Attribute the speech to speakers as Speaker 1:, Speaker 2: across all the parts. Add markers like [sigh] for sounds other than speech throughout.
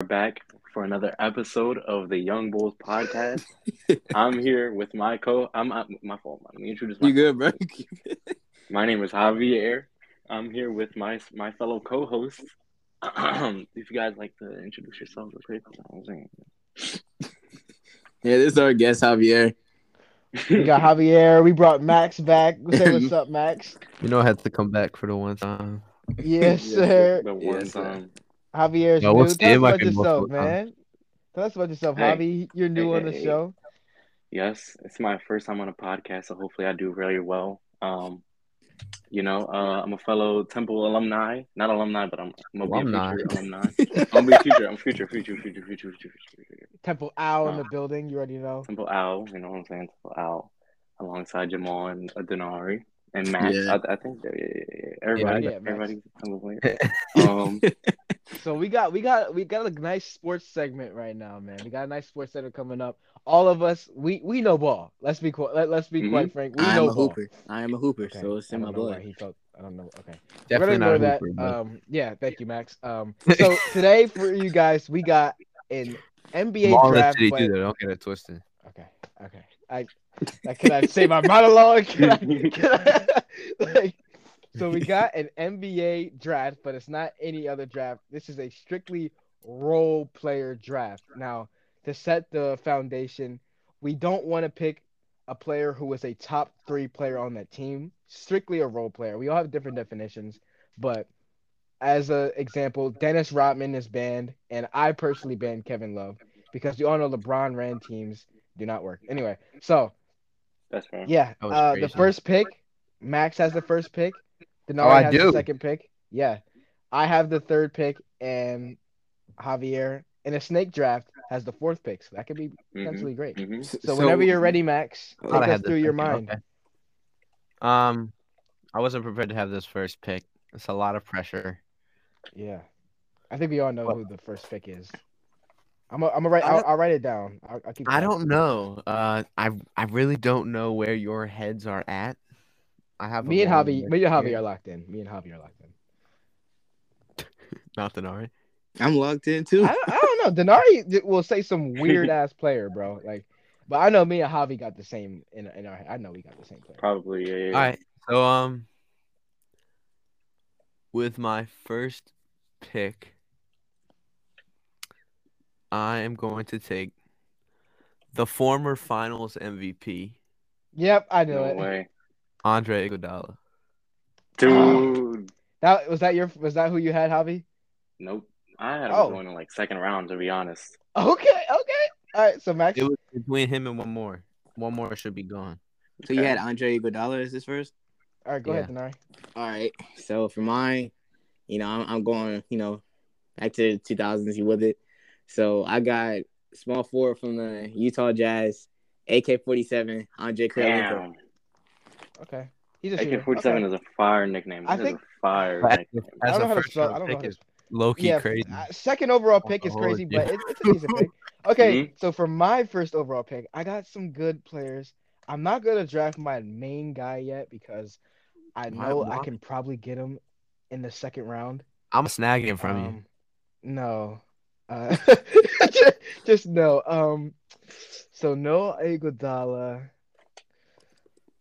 Speaker 1: We're back for another episode of the Young Bulls
Speaker 2: [laughs]
Speaker 1: podcast. I'm here with my co. I'm uh, my fault. Let me introduce
Speaker 2: You
Speaker 1: my.
Speaker 2: good, bro?
Speaker 1: My name is Javier. I'm here with my my fellow co-host. [clears throat] if you guys like to introduce yourselves, real quick. I was saying-
Speaker 2: yeah, this is our guest Javier.
Speaker 3: We
Speaker 1: [laughs]
Speaker 3: got Javier. We brought Max back. Say what's up, Max.
Speaker 4: You know, I had to come back for the one time.
Speaker 3: Yes,
Speaker 1: Yes,
Speaker 3: sir.
Speaker 1: The one
Speaker 2: Yes, sir.
Speaker 1: time.
Speaker 3: Javier's
Speaker 4: Yo,
Speaker 3: new.
Speaker 4: what's
Speaker 3: Tell us
Speaker 4: up? I
Speaker 3: about
Speaker 4: can
Speaker 3: yourself,
Speaker 4: muffle it, huh?
Speaker 3: man. Tell us about yourself,
Speaker 1: Hey.
Speaker 3: Javi. You're new
Speaker 1: Hey,
Speaker 3: on the
Speaker 1: hey, hey.
Speaker 3: show.
Speaker 1: Yes, it's my first time on a podcast, so hopefully I do really well. Um, you know, uh, I'm a fellow Temple alumni, not alumni, but I'm, I'm gonna be
Speaker 4: Alumni.
Speaker 1: a future
Speaker 2: [laughs]
Speaker 1: alumni. I'm gonna be future. I'm future, future, future, future, future, future, future.
Speaker 3: Temple Owl in
Speaker 1: Nah.
Speaker 3: the building. You already know.
Speaker 1: Temple Owl, you know what I'm saying? Temple Owl, alongside Jamal and uh, Denari and Max.
Speaker 2: Yeah.
Speaker 1: I, I think that- yeah, yeah, yeah, yeah. everybody,
Speaker 3: Yeah, Max.
Speaker 1: everybody's a Temple
Speaker 3: [laughs]
Speaker 1: player. Um,
Speaker 3: So we got we got we got a nice sports segment right now, man. We got a nice sports segment coming up. All of us, we we know ball. Let's be qu- let, let's be
Speaker 1: Mhm.
Speaker 3: quite frank. We
Speaker 2: I am
Speaker 3: know
Speaker 2: a
Speaker 3: ball.
Speaker 2: hooper. I am a hooper,
Speaker 3: Okay,
Speaker 2: so it's
Speaker 3: I
Speaker 2: in my
Speaker 3: don't know why
Speaker 2: blood.
Speaker 3: He felt I don't know. Okay. We're
Speaker 4: Definitely not
Speaker 3: gonna ignore
Speaker 4: a hooper,
Speaker 3: that.
Speaker 4: but
Speaker 3: Um, yeah, thank you, Max. Um, so today for you guys, we got an NBA
Speaker 4: I'm all that
Speaker 3: draft.
Speaker 4: city
Speaker 3: but-
Speaker 4: too, though. Don't get it twisted.
Speaker 3: Okay, okay. I, I can I say my monologue? Can I, can I, [laughs] like, so we got an NBA draft, but it's not any other draft. This is a strictly role player draft. Now, to set the foundation, we don't want to pick a player who is a top three player on that team. Strictly a role player. We all have different definitions, but as an example, Dennis Rodman is banned, and I personally banned Kevin Love because you all know LeBron ran teams do not work. Anyway, so
Speaker 1: that's fair.
Speaker 3: yeah,
Speaker 4: That was
Speaker 3: uh, the
Speaker 4: crazy.
Speaker 3: first pick, Max has the first pick. Denari
Speaker 4: Oh, I
Speaker 3: has the
Speaker 4: do.
Speaker 3: second pick. Yeah, I have the third pick, and Javier in a snake draft has the fourth pick. So that could be
Speaker 4: Mm-hmm.
Speaker 1: Mhm,
Speaker 3: potentially great.
Speaker 1: mhm.
Speaker 2: S-
Speaker 3: So, whenever you're ready, Max,
Speaker 2: I
Speaker 3: take
Speaker 4: Thought I
Speaker 3: us
Speaker 4: had this
Speaker 3: through your
Speaker 4: thinking,
Speaker 3: mind.
Speaker 4: okay. Um, I wasn't prepared to have this first pick. It's a lot of pressure.
Speaker 3: Yeah, I think we all know
Speaker 4: What?
Speaker 3: who the first pick is. I'm gonna I'm write.
Speaker 4: I
Speaker 3: I'll,
Speaker 4: don't-
Speaker 3: I'll write it down. I'll, I'll keep.
Speaker 4: I
Speaker 3: track.
Speaker 4: don't know. Uh, I I really don't know where your heads are at. I have a
Speaker 3: Me and
Speaker 4: long
Speaker 3: Javi,
Speaker 4: list
Speaker 3: me and Javi
Speaker 4: here.
Speaker 3: are locked in. Me and Javi are locked in.
Speaker 4: Nothing, all right.
Speaker 2: I'm locked in too.
Speaker 3: I, I don't know. Denari d- will say some weird
Speaker 4: [laughs]
Speaker 3: ass player, bro. Like, but I know me and Javi got the same in, in our. I know we got the same player.
Speaker 1: Probably, yeah, yeah.
Speaker 4: All right. So um, with my first pick, I am going to take the former Finals MVP,
Speaker 3: Yep, I knew
Speaker 1: No
Speaker 3: it.
Speaker 1: way.
Speaker 4: Andre Iguodala.
Speaker 1: Dude.
Speaker 3: That was that your was that who you had, Javi?
Speaker 1: Nope. I had him
Speaker 3: Oh.
Speaker 1: going in like second round, to be honest.
Speaker 3: Okay, okay. All right, so Max.
Speaker 4: It was between him and one more. One more should be gone.
Speaker 2: So you had Andre Iguodala as this first.
Speaker 3: all right, go
Speaker 4: yeah.
Speaker 3: ahead, Denari.
Speaker 2: All right. So for mine, you know, I'm, I'm going, you know, back to the 2000s with it. So I got small forward from the Utah Jazz, AK-47, Andre Kirilenko.
Speaker 1: Damn.
Speaker 3: Okay, he's a shooter.
Speaker 1: AK 47
Speaker 3: Okay.
Speaker 1: is a fire nickname.
Speaker 3: I
Speaker 1: That is
Speaker 3: think-
Speaker 1: a fire
Speaker 4: As
Speaker 1: nickname.
Speaker 3: I don't know
Speaker 4: a
Speaker 3: how to
Speaker 4: first
Speaker 3: spell. I don't
Speaker 4: round
Speaker 3: know how
Speaker 4: pick
Speaker 3: to
Speaker 4: is low key
Speaker 3: yeah,
Speaker 4: crazy.
Speaker 3: uh, second overall pick is
Speaker 4: Oh,
Speaker 3: crazy,
Speaker 4: yeah.
Speaker 3: but
Speaker 4: [laughs]
Speaker 3: it, it's a decent pick. Okay, so for my first overall pick, I got some good players. I'm not gonna draft my main guy yet because I
Speaker 4: Why-
Speaker 3: know I
Speaker 4: why?
Speaker 3: can probably get him in the second round.
Speaker 4: I'm snagging from you.
Speaker 3: Um, No, uh, [laughs] just no. Um, so no Iguodala.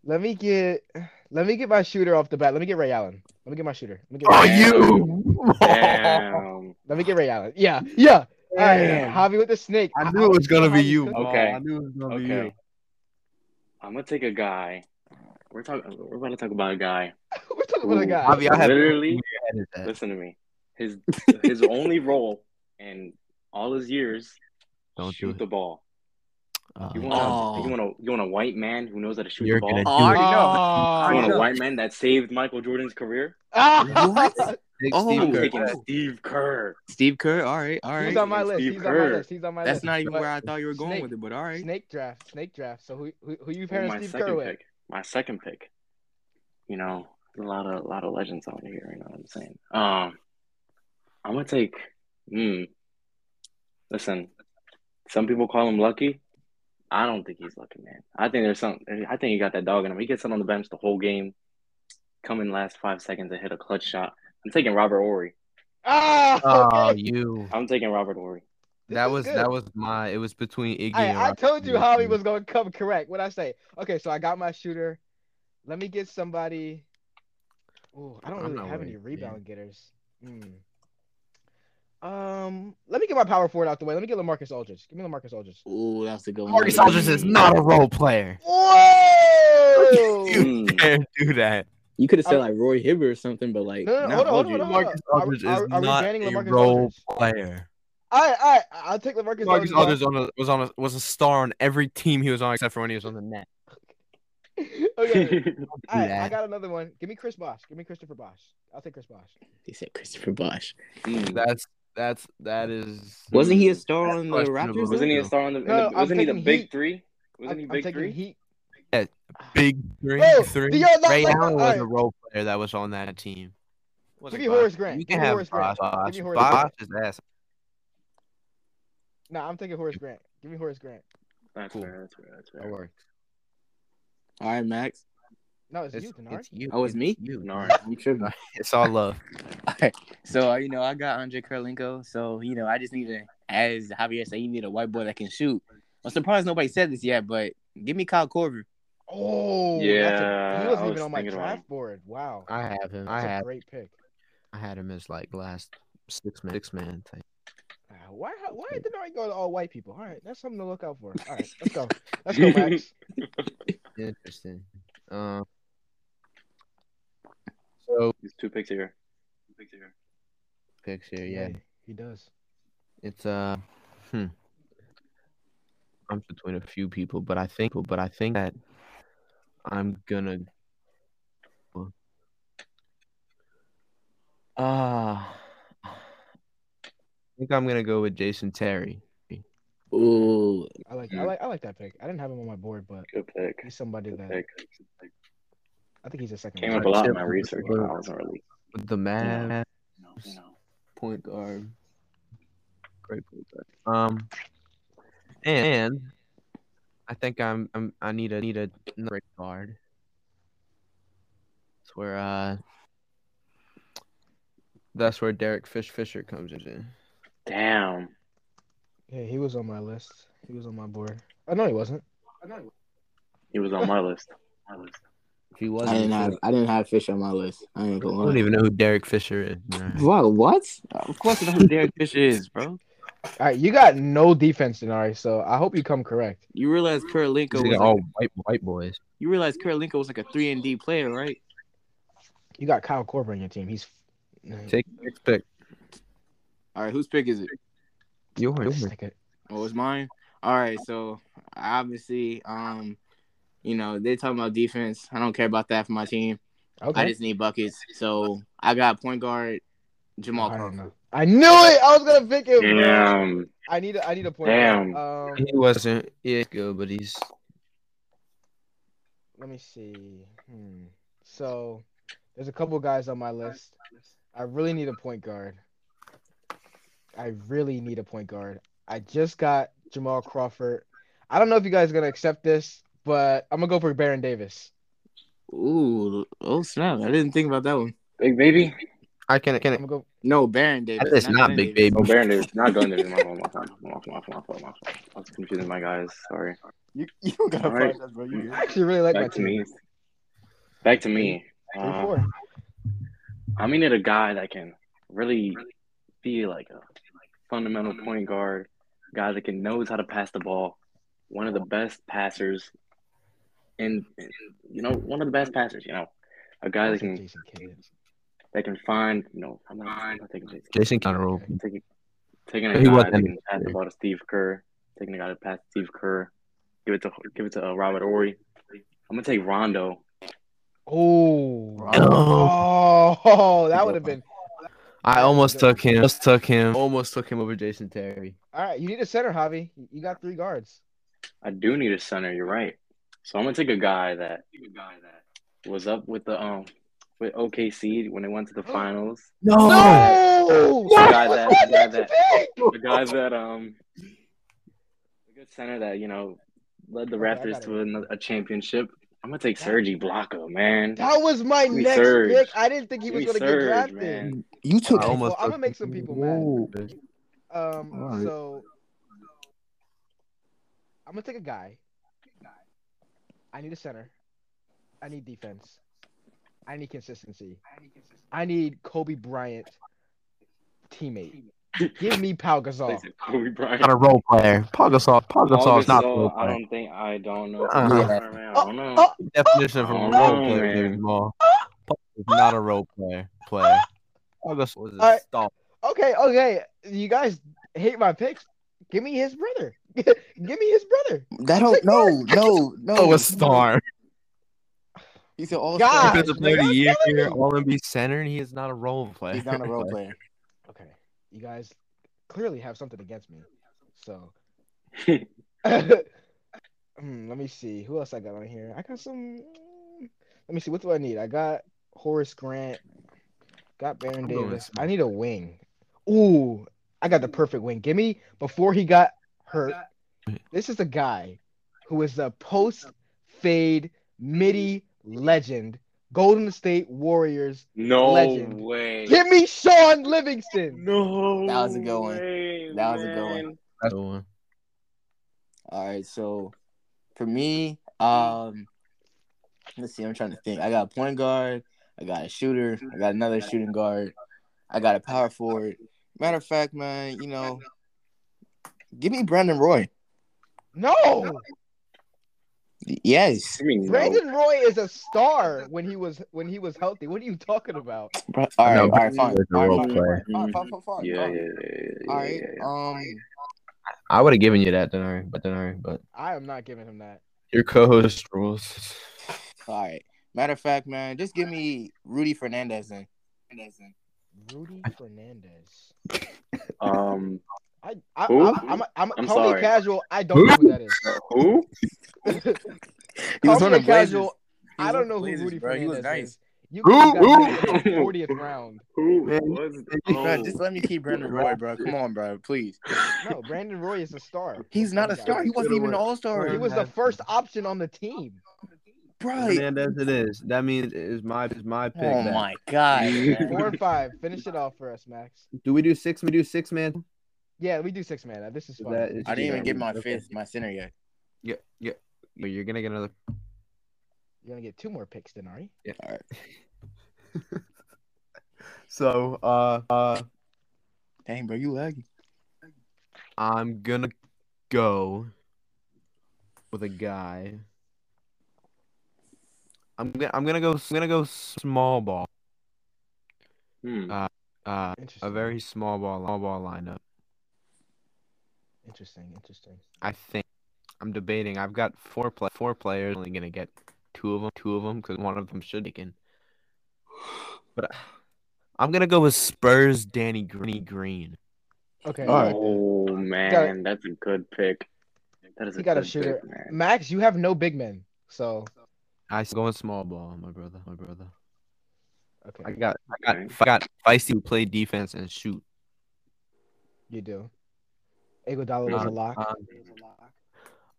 Speaker 3: Let me get, let me get my shooter off the bat. Let me get Ray Allen. Let me get my shooter. Let me get.
Speaker 1: Are
Speaker 4: Are
Speaker 3: Ray Allen.
Speaker 4: you?
Speaker 3: [laughs]
Speaker 1: Damn.
Speaker 3: Let me get Ray Allen. Yeah, yeah. All right,
Speaker 4: Damn.
Speaker 3: Javi with the snake.
Speaker 4: I knew it was gonna be
Speaker 3: Javi's
Speaker 4: you.
Speaker 3: cooking.
Speaker 1: Ball. Okay. I
Speaker 4: I knew it was gonna be
Speaker 1: Okay.
Speaker 4: you.
Speaker 1: I'm gonna take a guy. We're talking. We're about to talk about a guy.
Speaker 3: [laughs] We're talking about a
Speaker 1: Ooh.
Speaker 3: guy.
Speaker 4: Javi, I have
Speaker 1: Literally,
Speaker 4: Edit that.
Speaker 1: listen to me. His his only role in all his years,
Speaker 4: Don't do
Speaker 1: shoot
Speaker 4: it.
Speaker 1: the ball.
Speaker 4: Uh,
Speaker 1: You want
Speaker 2: Oh.
Speaker 1: a, you want a you want a white man who knows how to shoot
Speaker 4: You're
Speaker 1: the ball.
Speaker 4: gonna
Speaker 2: Oh, I
Speaker 4: do it.
Speaker 1: You
Speaker 2: already
Speaker 1: want
Speaker 2: know.
Speaker 1: a white man that saved Michael Jordan's career?
Speaker 3: [laughs] Ah!
Speaker 4: Take
Speaker 2: Oh.
Speaker 4: Steve
Speaker 1: I'm
Speaker 4: Kerr.
Speaker 1: taking Steve Kerr.
Speaker 2: Steve Kerr. All right. All
Speaker 3: He's
Speaker 2: right.
Speaker 3: on my list.
Speaker 1: Steve
Speaker 3: He's on
Speaker 1: Kerr.
Speaker 3: my list. He's on my list.
Speaker 2: That's not even
Speaker 3: But
Speaker 2: where I thought you were going
Speaker 3: Snake.
Speaker 2: with it, but all right. Oh,
Speaker 3: Snake draft. Snake draft. So who who, who you
Speaker 1: Ooh,
Speaker 3: pairing
Speaker 1: my
Speaker 3: Steve
Speaker 1: second
Speaker 3: Kerr with?
Speaker 1: pick. My second pick. you know, a lot of a lot of legends out here. You know what I'm saying? Um, I'm gonna take. Mm, listen, some people call him lucky. I don't think he's lucky, man. I think there's some. I think he got that dog in him. He gets on the bench the whole game, come in last five seconds and hit a clutch shot. I'm taking Robert Ory.
Speaker 3: Ah,
Speaker 4: Oh,
Speaker 3: okay.
Speaker 4: you.
Speaker 1: I'm taking Robert
Speaker 3: [laughs]
Speaker 1: Ory.
Speaker 3: This
Speaker 4: That
Speaker 3: is
Speaker 4: was
Speaker 3: good.
Speaker 4: that was my. It was between Iggy. and
Speaker 3: I, I
Speaker 4: Rob
Speaker 3: told you
Speaker 4: Peterson.
Speaker 3: Holly was gonna come correct. What I say? Okay, so I got my shooter. Let me get somebody. Ooh, I don't
Speaker 4: I'm
Speaker 3: really
Speaker 4: not
Speaker 3: have
Speaker 4: worried,
Speaker 3: any
Speaker 4: yeah.
Speaker 3: rebound getters. Hmm. Um, let me get my power forward out the way. Let me get Lamarcus Aldridge. Give me Lamarcus Aldridge.
Speaker 5: Ooh, that's a good one.
Speaker 4: Marcus Aldridge is not a role player.
Speaker 3: Whoa!
Speaker 1: Mm.
Speaker 4: Can't do that.
Speaker 5: You could have said like Roy Hibbert or something, but like,
Speaker 3: No, no,
Speaker 5: nah,
Speaker 3: hold on,
Speaker 5: Aldridge.
Speaker 3: hold on, hold on.
Speaker 4: Marcus
Speaker 3: Are-
Speaker 4: Aldridge
Speaker 3: are-
Speaker 4: is
Speaker 3: are we
Speaker 4: not
Speaker 3: banning
Speaker 4: a
Speaker 3: LaMarcus
Speaker 4: role
Speaker 3: Aldridge?
Speaker 4: player.
Speaker 3: I, I, I'll take Lamarcus,
Speaker 4: Marcus
Speaker 3: Aldridge.
Speaker 4: Aldridge on a, was on a, was a star on every team he was on except for when he was on the net.
Speaker 3: [laughs] [laughs]
Speaker 4: [laughs]
Speaker 3: okay, all right, I
Speaker 4: that.
Speaker 3: got another one. Give me Chris Bosh. Give me Christopher Bosh. I'll take Chris Bosh.
Speaker 5: They said Christopher Bosh.
Speaker 1: Mm.
Speaker 4: That's that's that is.
Speaker 5: Wasn't he a star on the
Speaker 4: That's questionable.
Speaker 5: Raptors? though?
Speaker 1: Wasn't he a star on the? in
Speaker 3: No,
Speaker 1: the
Speaker 3: I'm
Speaker 1: wasn't he the
Speaker 3: taking
Speaker 1: big
Speaker 3: Heat.
Speaker 1: three? Wasn't
Speaker 3: I'm,
Speaker 1: he
Speaker 3: I'm
Speaker 1: big
Speaker 3: taking
Speaker 1: three?
Speaker 3: Heat. [sighs]
Speaker 4: big three?
Speaker 3: Bro,
Speaker 4: three.
Speaker 3: do y'all not
Speaker 4: Ray
Speaker 3: like-
Speaker 4: Allen was
Speaker 3: alright.
Speaker 4: a role player that was on that team. Was
Speaker 3: Give
Speaker 4: it
Speaker 3: me
Speaker 4: Bosh?
Speaker 3: Horace Grant.
Speaker 4: You
Speaker 3: Give
Speaker 4: can
Speaker 3: me
Speaker 4: have
Speaker 3: Horace Grant. Give
Speaker 4: Bosh.
Speaker 3: me Horace
Speaker 4: Bosh
Speaker 3: Grant.
Speaker 4: is ass.
Speaker 3: No, I'm taking Horace Grant. Give me Horace Grant.
Speaker 1: That's
Speaker 4: Cool.
Speaker 1: fair. That's fair. That's
Speaker 4: That
Speaker 1: fair.
Speaker 4: works.
Speaker 5: All right, Max.
Speaker 3: No, it's,
Speaker 4: It's,
Speaker 3: you, Denard.
Speaker 4: it's you.
Speaker 5: Oh, it's me?
Speaker 4: You.
Speaker 1: No, [laughs]
Speaker 5: I'm tripping. [laughs]
Speaker 4: It's all love.
Speaker 5: So uh, you know, I got Andre Karolinko. So you know, I just need to, as Javier said, you need a white boy that can shoot. I'm surprised nobody said this yet, but give me Kyle Corver.
Speaker 3: Oh, that's a,
Speaker 1: Yeah,
Speaker 3: he
Speaker 1: I
Speaker 3: wasn't
Speaker 1: was
Speaker 3: even on my
Speaker 1: thinking about
Speaker 3: draft
Speaker 1: him.
Speaker 3: board. Wow,
Speaker 4: I have him. I
Speaker 3: that's a
Speaker 4: had
Speaker 3: great pick.
Speaker 4: I had him as like last six man six man type.
Speaker 3: Uh, Why? Why did I go to all white people? All right, that's something to look out for. All right, let's go.
Speaker 1: [laughs]
Speaker 3: Let's go, Max.
Speaker 4: Interesting. Um. So
Speaker 1: There's two picks here. Two picks here.
Speaker 4: picture, yeah.
Speaker 3: he does.
Speaker 4: It's uh. Hmm. I'm between a few people, but I think, but I think that I'm gonna. Ah. I think I'm gonna go with Jason Terry.
Speaker 5: Ooh,
Speaker 3: I like. I
Speaker 1: Mhm.
Speaker 3: like. I like that pick. I didn't have him on my board, but
Speaker 1: Good pick.
Speaker 3: he's somebody
Speaker 1: Good
Speaker 3: that
Speaker 1: pick.
Speaker 3: I think he's a second.
Speaker 1: Came
Speaker 3: round
Speaker 1: up a lot in my research, but I wasn't really.
Speaker 4: With The man
Speaker 1: You know, you know.
Speaker 4: point guard. Great point guard. Um, and, and I think I'm, I'm I need a need a another right guard. That's where uh, that's where Derek Fish Fisher comes in.
Speaker 1: Damn.
Speaker 3: Yeah, he was on my list. He was on my board. I know he wasn't. I know he wasn't.
Speaker 1: He was on my list. My list.
Speaker 4: If he
Speaker 5: I didn't
Speaker 4: wasn't,
Speaker 5: have I didn't have Fish on my list. I ain't
Speaker 4: I
Speaker 5: gonna
Speaker 4: don't
Speaker 5: lie.
Speaker 4: even know who Derek Fisher is. Alright.
Speaker 5: Bro, what? Of course, I know who Derek Fisher is, bro.
Speaker 3: All right, you got no defense, Denari. So I hope you come correct.
Speaker 5: You realize Karolinko
Speaker 4: These
Speaker 5: was
Speaker 4: are
Speaker 5: like,
Speaker 4: all white white boys.
Speaker 5: you realize Karolinko was like a three and D player, right?
Speaker 3: You got Kyle Korver on your team. He's
Speaker 4: Take next pick.
Speaker 5: All right, whose pick is it?
Speaker 4: Yours.
Speaker 3: Like a-
Speaker 5: Oh, it's mine. All right, so obviously, um, you know they're talking about defense. I don't care about that for my team. I
Speaker 3: Okay.
Speaker 5: just need buckets. So I got point guard Jamal
Speaker 3: I don't
Speaker 5: Crawford.
Speaker 3: know. I knew it. I was gonna pick him.
Speaker 1: Damn.
Speaker 3: I need. A, I need a point.
Speaker 1: Damn.
Speaker 3: Um,
Speaker 4: He wasn't. Yeah, good, but he's
Speaker 3: let me see. Hmm. So there's a couple guys on my list. I really need a point guard. I really need a point guard. I just got Jamal Crawford. I don't know if you guys are gonna accept this, but I'm gonna go for Baron Davis.
Speaker 5: Ooh, oh snap! I didn't think about that one.
Speaker 1: Big baby.
Speaker 4: I can
Speaker 3: I'm
Speaker 4: can.
Speaker 3: gonna go.
Speaker 5: No, Baron Davis.
Speaker 4: That's not
Speaker 5: Baron
Speaker 4: big
Speaker 5: Davis.
Speaker 4: baby.
Speaker 1: Oh, Baron Davis. Not going there. My fault. My fault. My fault. My fault. My fault. My fault. I was confusing my guys. Sorry.
Speaker 5: You, you don't gotta
Speaker 1: All right.
Speaker 5: find us, bro.
Speaker 1: You
Speaker 3: I actually really like my
Speaker 1: Back to
Speaker 3: team.
Speaker 1: me. Back to me.
Speaker 3: Three,
Speaker 1: Uh,
Speaker 3: four.
Speaker 1: I mean, need a guy that can really be like a fundamental point guard, guy that can knows how to pass the ball, one of the best passers, and you know, one of the best passers. You know, a guy that
Speaker 3: That's a
Speaker 1: can
Speaker 3: Jason Kidd.
Speaker 1: that can find. You know, I'm not, I'm not taking Jason.
Speaker 4: Jason kind of rolled.
Speaker 1: I'm taking taking a
Speaker 4: He
Speaker 1: guy that
Speaker 4: wasn't
Speaker 1: can
Speaker 4: in the
Speaker 1: pass the
Speaker 4: series.
Speaker 1: ball to Steve Kerr, taking a guy to pass to Steve Kerr, give it to give it to uh, Robert Ory. I'm gonna take Rondo.
Speaker 3: Oh.
Speaker 4: No.
Speaker 3: Oh, that would have been.
Speaker 4: I almost took him. Almost took him. Almost took him over Jason Terry.
Speaker 3: All right, you need a center, Javi. You got three guards.
Speaker 1: I do need a center. You're right. So I'm gonna take a guy that was up with the um with OKC when they went to the finals.
Speaker 3: No!
Speaker 1: The guy
Speaker 3: What
Speaker 1: that-
Speaker 3: was
Speaker 1: the guy
Speaker 3: that you
Speaker 1: that-
Speaker 3: picked?
Speaker 1: The guy that um the good center that, you know, led the
Speaker 3: Okay, I got
Speaker 1: Raptors
Speaker 3: it.
Speaker 1: to another, a championship. I'm gonna take Sergi Blocko, man.
Speaker 3: That was my
Speaker 1: Give me
Speaker 3: next
Speaker 1: Serge.
Speaker 3: pick. I didn't think he
Speaker 1: Give me
Speaker 3: was going to get
Speaker 1: Serge,
Speaker 3: drafted.
Speaker 1: man.
Speaker 5: You took.
Speaker 4: I
Speaker 3: Okay,
Speaker 4: almost
Speaker 3: well, I'm
Speaker 4: took-
Speaker 3: gonna make some people mad.
Speaker 5: Whoa.
Speaker 3: Um,
Speaker 5: All right.
Speaker 3: so I'm gonna take a guy. I need a center. I need defense. I need consistency. I need Kobe Bryant teammate. Give me Pau Gasol.
Speaker 1: Plays with Kobe Bryant.
Speaker 4: Not a role player. Paul Gasol. Paul Gasol
Speaker 1: Paul
Speaker 4: is not a
Speaker 1: Gasol,
Speaker 4: role
Speaker 1: I
Speaker 4: player.
Speaker 1: don't think I don't know.
Speaker 4: Uh-huh.
Speaker 1: I don't know.
Speaker 3: Oh,
Speaker 4: Definition of a
Speaker 1: I
Speaker 4: role
Speaker 1: don't know,
Speaker 4: player. David
Speaker 1: man.
Speaker 4: Ball. Paul is not a role player. Player. Paul Gasol is
Speaker 3: All
Speaker 4: a
Speaker 3: right.
Speaker 4: star.
Speaker 3: Okay, okay. You guys hate my picks. Give me his brother. [laughs] Give me his brother.
Speaker 5: That don't. No. No. No. "Oh,
Speaker 4: Oh, a star.
Speaker 5: He's an all
Speaker 3: God.
Speaker 5: star.
Speaker 4: Defensive
Speaker 3: nigga,
Speaker 4: player of the
Speaker 3: that's
Speaker 4: year,
Speaker 3: telling me.
Speaker 4: All NBA center, and he is not a role [laughs] player.
Speaker 5: He's not a role player.
Speaker 3: Okay, you guys clearly have something against me. [laughs] So Hmm, let me see. Who else I got on here? I got some. Let me see. What do I need? I got Horace Grant. Got Baron
Speaker 4: I'm going
Speaker 3: Davis.
Speaker 4: small.
Speaker 3: I need a wing. Ooh, I got the perfect wing. Give me before he got hurt. This is the guy who is the post fade midi legend, Golden State Warriors.
Speaker 1: no
Speaker 3: Legend.
Speaker 1: way.
Speaker 3: Give me Sean Livingston.
Speaker 1: No.
Speaker 5: That was a good one.
Speaker 1: way,
Speaker 5: That was a good one.
Speaker 1: man.
Speaker 4: That's the one.
Speaker 5: All right, so for me, um, let's see. I'm trying to think. I got a point guard. I got a shooter. I got another shooting guard. I got a power forward. Matter of fact, man, you know, give me Brandon Roy.
Speaker 3: No,
Speaker 5: Yes.
Speaker 1: I mean, no.
Speaker 3: Brandon Roy is a star when he was when he was healthy. What are you talking about?
Speaker 5: Bra- All right.
Speaker 4: No,
Speaker 5: all right.
Speaker 4: Brandon
Speaker 5: Fine.
Speaker 4: Roy's a
Speaker 5: All right,
Speaker 4: role
Speaker 5: fine,
Speaker 4: player.
Speaker 5: Fine. Fine. Fine. Fine.
Speaker 1: Yeah, yeah,
Speaker 5: fine.
Speaker 1: yeah, yeah, yeah,
Speaker 5: All right.
Speaker 1: yeah, yeah.
Speaker 5: Um.
Speaker 4: I would have given you that, Denari, but Denari, but
Speaker 3: I am not giving him that.
Speaker 4: your co-host rules.
Speaker 5: All right. Matter of fact, man, just give me Rudy Fernandez then.
Speaker 3: Rudy Fernandez.
Speaker 1: Um,
Speaker 3: I, I,
Speaker 1: Who?
Speaker 3: I'm, I'm, I'm,
Speaker 1: I'm
Speaker 3: call me
Speaker 1: sorry.
Speaker 3: casual. I don't know who that is.
Speaker 1: who?
Speaker 5: He was
Speaker 3: Call
Speaker 5: on
Speaker 3: me
Speaker 5: the Blazers.
Speaker 3: a
Speaker 5: He
Speaker 3: casual.
Speaker 5: was
Speaker 3: I
Speaker 5: on
Speaker 3: don't
Speaker 5: the
Speaker 3: know
Speaker 5: Blazers,
Speaker 3: who Rudy
Speaker 5: bro. He
Speaker 3: Fernandez
Speaker 5: was nice.
Speaker 3: is. You
Speaker 4: Who?
Speaker 3: could've gotten
Speaker 4: Who?
Speaker 3: him in the 40th round.
Speaker 1: Who
Speaker 4: Man,
Speaker 1: was?
Speaker 5: Bro,
Speaker 1: Oh,
Speaker 5: just let me keep Brandon Roy, bro. Come on, bro. Please. [laughs]
Speaker 3: No, Brandon Roy is a star.
Speaker 5: He's not a star. He wasn't even an [laughs] all
Speaker 3: He
Speaker 5: star.
Speaker 3: was the first option on the team.
Speaker 5: Bro.
Speaker 4: Fernandez, it is. That means it's my it's my pick.
Speaker 5: Oh
Speaker 4: back.
Speaker 5: my
Speaker 4: [laughs]
Speaker 5: god. man.
Speaker 3: Four and five. Finish it off for us, Max.
Speaker 4: Do we do six? We do six man.
Speaker 3: Yeah, we do six man. Now, This is
Speaker 4: Is
Speaker 3: fun.
Speaker 4: that- is-
Speaker 5: I didn't even get my
Speaker 4: Okay.
Speaker 5: fifth, my center yet.
Speaker 4: Yeah, yeah. But you're gonna get another.
Speaker 3: You're gonna get two more picks, then, are you?
Speaker 4: Yeah.
Speaker 5: All right.
Speaker 4: So uh, uh
Speaker 5: Dang, bro, you lagging.
Speaker 4: I'm gonna go with a guy. I'm gonna I'm gonna go I'm gonna go small ball.
Speaker 1: [laughs] hmm.
Speaker 4: Uh,
Speaker 3: Interesting.
Speaker 4: a very small ball small ball lineup.
Speaker 3: interesting. Interesting.
Speaker 4: I think I'm debating. I've got four play four players. Only gonna get two of them. Two of them because one of them should be taken. But I, am gonna go with Spurs. Danny Green. Green.
Speaker 3: Okay.
Speaker 5: All right.
Speaker 1: Oh man, that's a good pick. That is a
Speaker 3: He got a
Speaker 1: good
Speaker 3: shooter.
Speaker 1: pick, man.
Speaker 3: Max, you have no big men, so
Speaker 4: I s- going small ball, my brother. My brother.
Speaker 3: okay,
Speaker 4: I got I got,
Speaker 1: Okay.
Speaker 4: I got feisty who play defense and shoot.
Speaker 3: you do. Iguodala was
Speaker 5: Um,
Speaker 3: a
Speaker 4: Uh,
Speaker 3: lock.
Speaker 4: uh,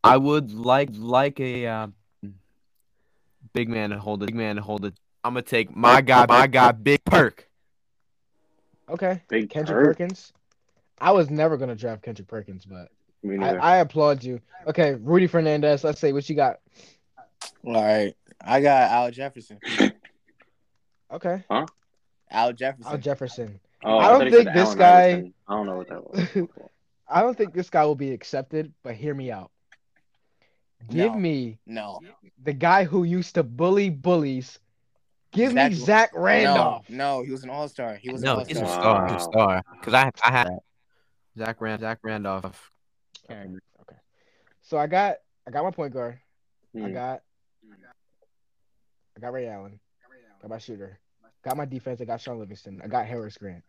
Speaker 4: I would like like a uh, big man to hold it. Big man to hold it. I'm gonna take my guy. My guy, Big Perk.
Speaker 3: Okay.
Speaker 1: Big
Speaker 3: Kendrick
Speaker 1: Perk?
Speaker 3: Perkins. I was never gonna draft Kendrick Perkins, but
Speaker 1: Me
Speaker 3: I,
Speaker 1: neither.
Speaker 3: I applaud you. Okay, Rudy Fernandez. Let's say what you got.
Speaker 5: All right. I got Al Jefferson.
Speaker 3: Okay,
Speaker 5: Al Jefferson.
Speaker 3: Al Jefferson.
Speaker 1: Oh,
Speaker 3: I don't
Speaker 1: thought he said
Speaker 3: think this
Speaker 1: Allen
Speaker 3: guy-
Speaker 1: Iverson. I don't know what that
Speaker 3: [laughs]
Speaker 1: was.
Speaker 3: I don't think this guy will be accepted, but hear me out. Give
Speaker 5: No.
Speaker 3: me
Speaker 5: no.
Speaker 3: the guy who used to bully bullies. Give
Speaker 5: Zach-
Speaker 3: me Zach
Speaker 5: No.
Speaker 3: Randolph.
Speaker 5: No, he was an all star. He was an
Speaker 4: No,
Speaker 5: all
Speaker 4: he's a
Speaker 1: Wow.
Speaker 5: star.
Speaker 4: star. He's a star. Because I, I had Zach Rand, Zach Randolph.
Speaker 3: Okay. okay. So I got I got my point guard. I
Speaker 1: Hmm.
Speaker 3: got I got Ray Allen. Got my shooter. Got my defense. I got Sean Livingston. I got Harris Grant.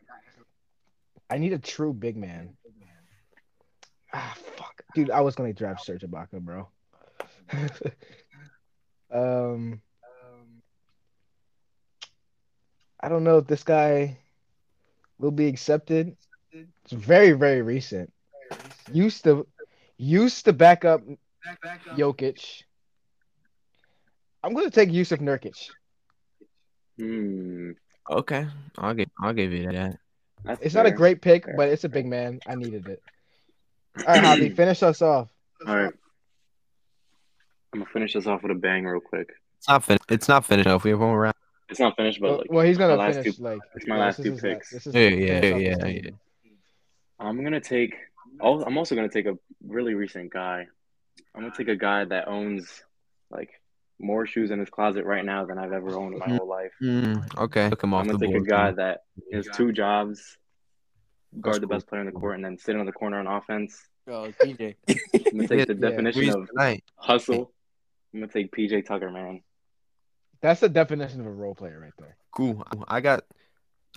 Speaker 3: I need a true big man. Ah, fuck, dude. I was gonna [laughs] draft Serge Ibaka, bro. um, I don't know if this guy will be accepted. It's very, very recent. Used to used to back up Jokic. I'm gonna take Yusuf Nurkic.
Speaker 1: Hmm.
Speaker 4: Okay, I'll give I'll give you that.
Speaker 1: that's
Speaker 3: It's not a
Speaker 1: fair.
Speaker 3: great pick,
Speaker 1: Fair.
Speaker 3: but it's a big man. I needed it. All right,
Speaker 1: [clears throat]
Speaker 3: Javi, finish us off.
Speaker 1: All right. I'm gonna finish this off with a bang real quick.
Speaker 4: It's not fin- It's not finished. though. If we have one round,
Speaker 1: It's not finished, but
Speaker 3: Well,
Speaker 1: like
Speaker 3: well, he's
Speaker 1: my
Speaker 3: gonna
Speaker 1: last
Speaker 3: finish
Speaker 1: two-
Speaker 3: like
Speaker 1: it's my
Speaker 3: yeah,
Speaker 1: last
Speaker 3: this
Speaker 1: two
Speaker 3: is his
Speaker 1: picks.
Speaker 3: This is
Speaker 4: Yeah,
Speaker 3: the
Speaker 4: yeah,
Speaker 3: first off
Speaker 4: yeah,
Speaker 3: this
Speaker 4: yeah.
Speaker 3: team.
Speaker 1: I'm gonna take. al- I'm also gonna take a really recent guy. I'm gonna take a guy that owns like more shoes in his closet right now than I've ever owned in my
Speaker 4: Mm-hmm.
Speaker 1: whole life.
Speaker 4: Mm, okay, took him off
Speaker 1: I'm
Speaker 4: the
Speaker 1: gonna take a
Speaker 4: board.
Speaker 1: guy that has two jobs:
Speaker 4: That's
Speaker 1: guard the best
Speaker 4: cool.
Speaker 1: player on the court and then sit on the corner on offense.
Speaker 5: Yo, [laughs] DJ.
Speaker 1: I'm gonna take the
Speaker 3: Yeah.
Speaker 1: definition
Speaker 4: Squeeze
Speaker 1: of
Speaker 4: tonight.
Speaker 1: hustle. I'm gonna take PJ Tucker, man.
Speaker 3: That's the definition of a role player right there.
Speaker 4: Cool. I got.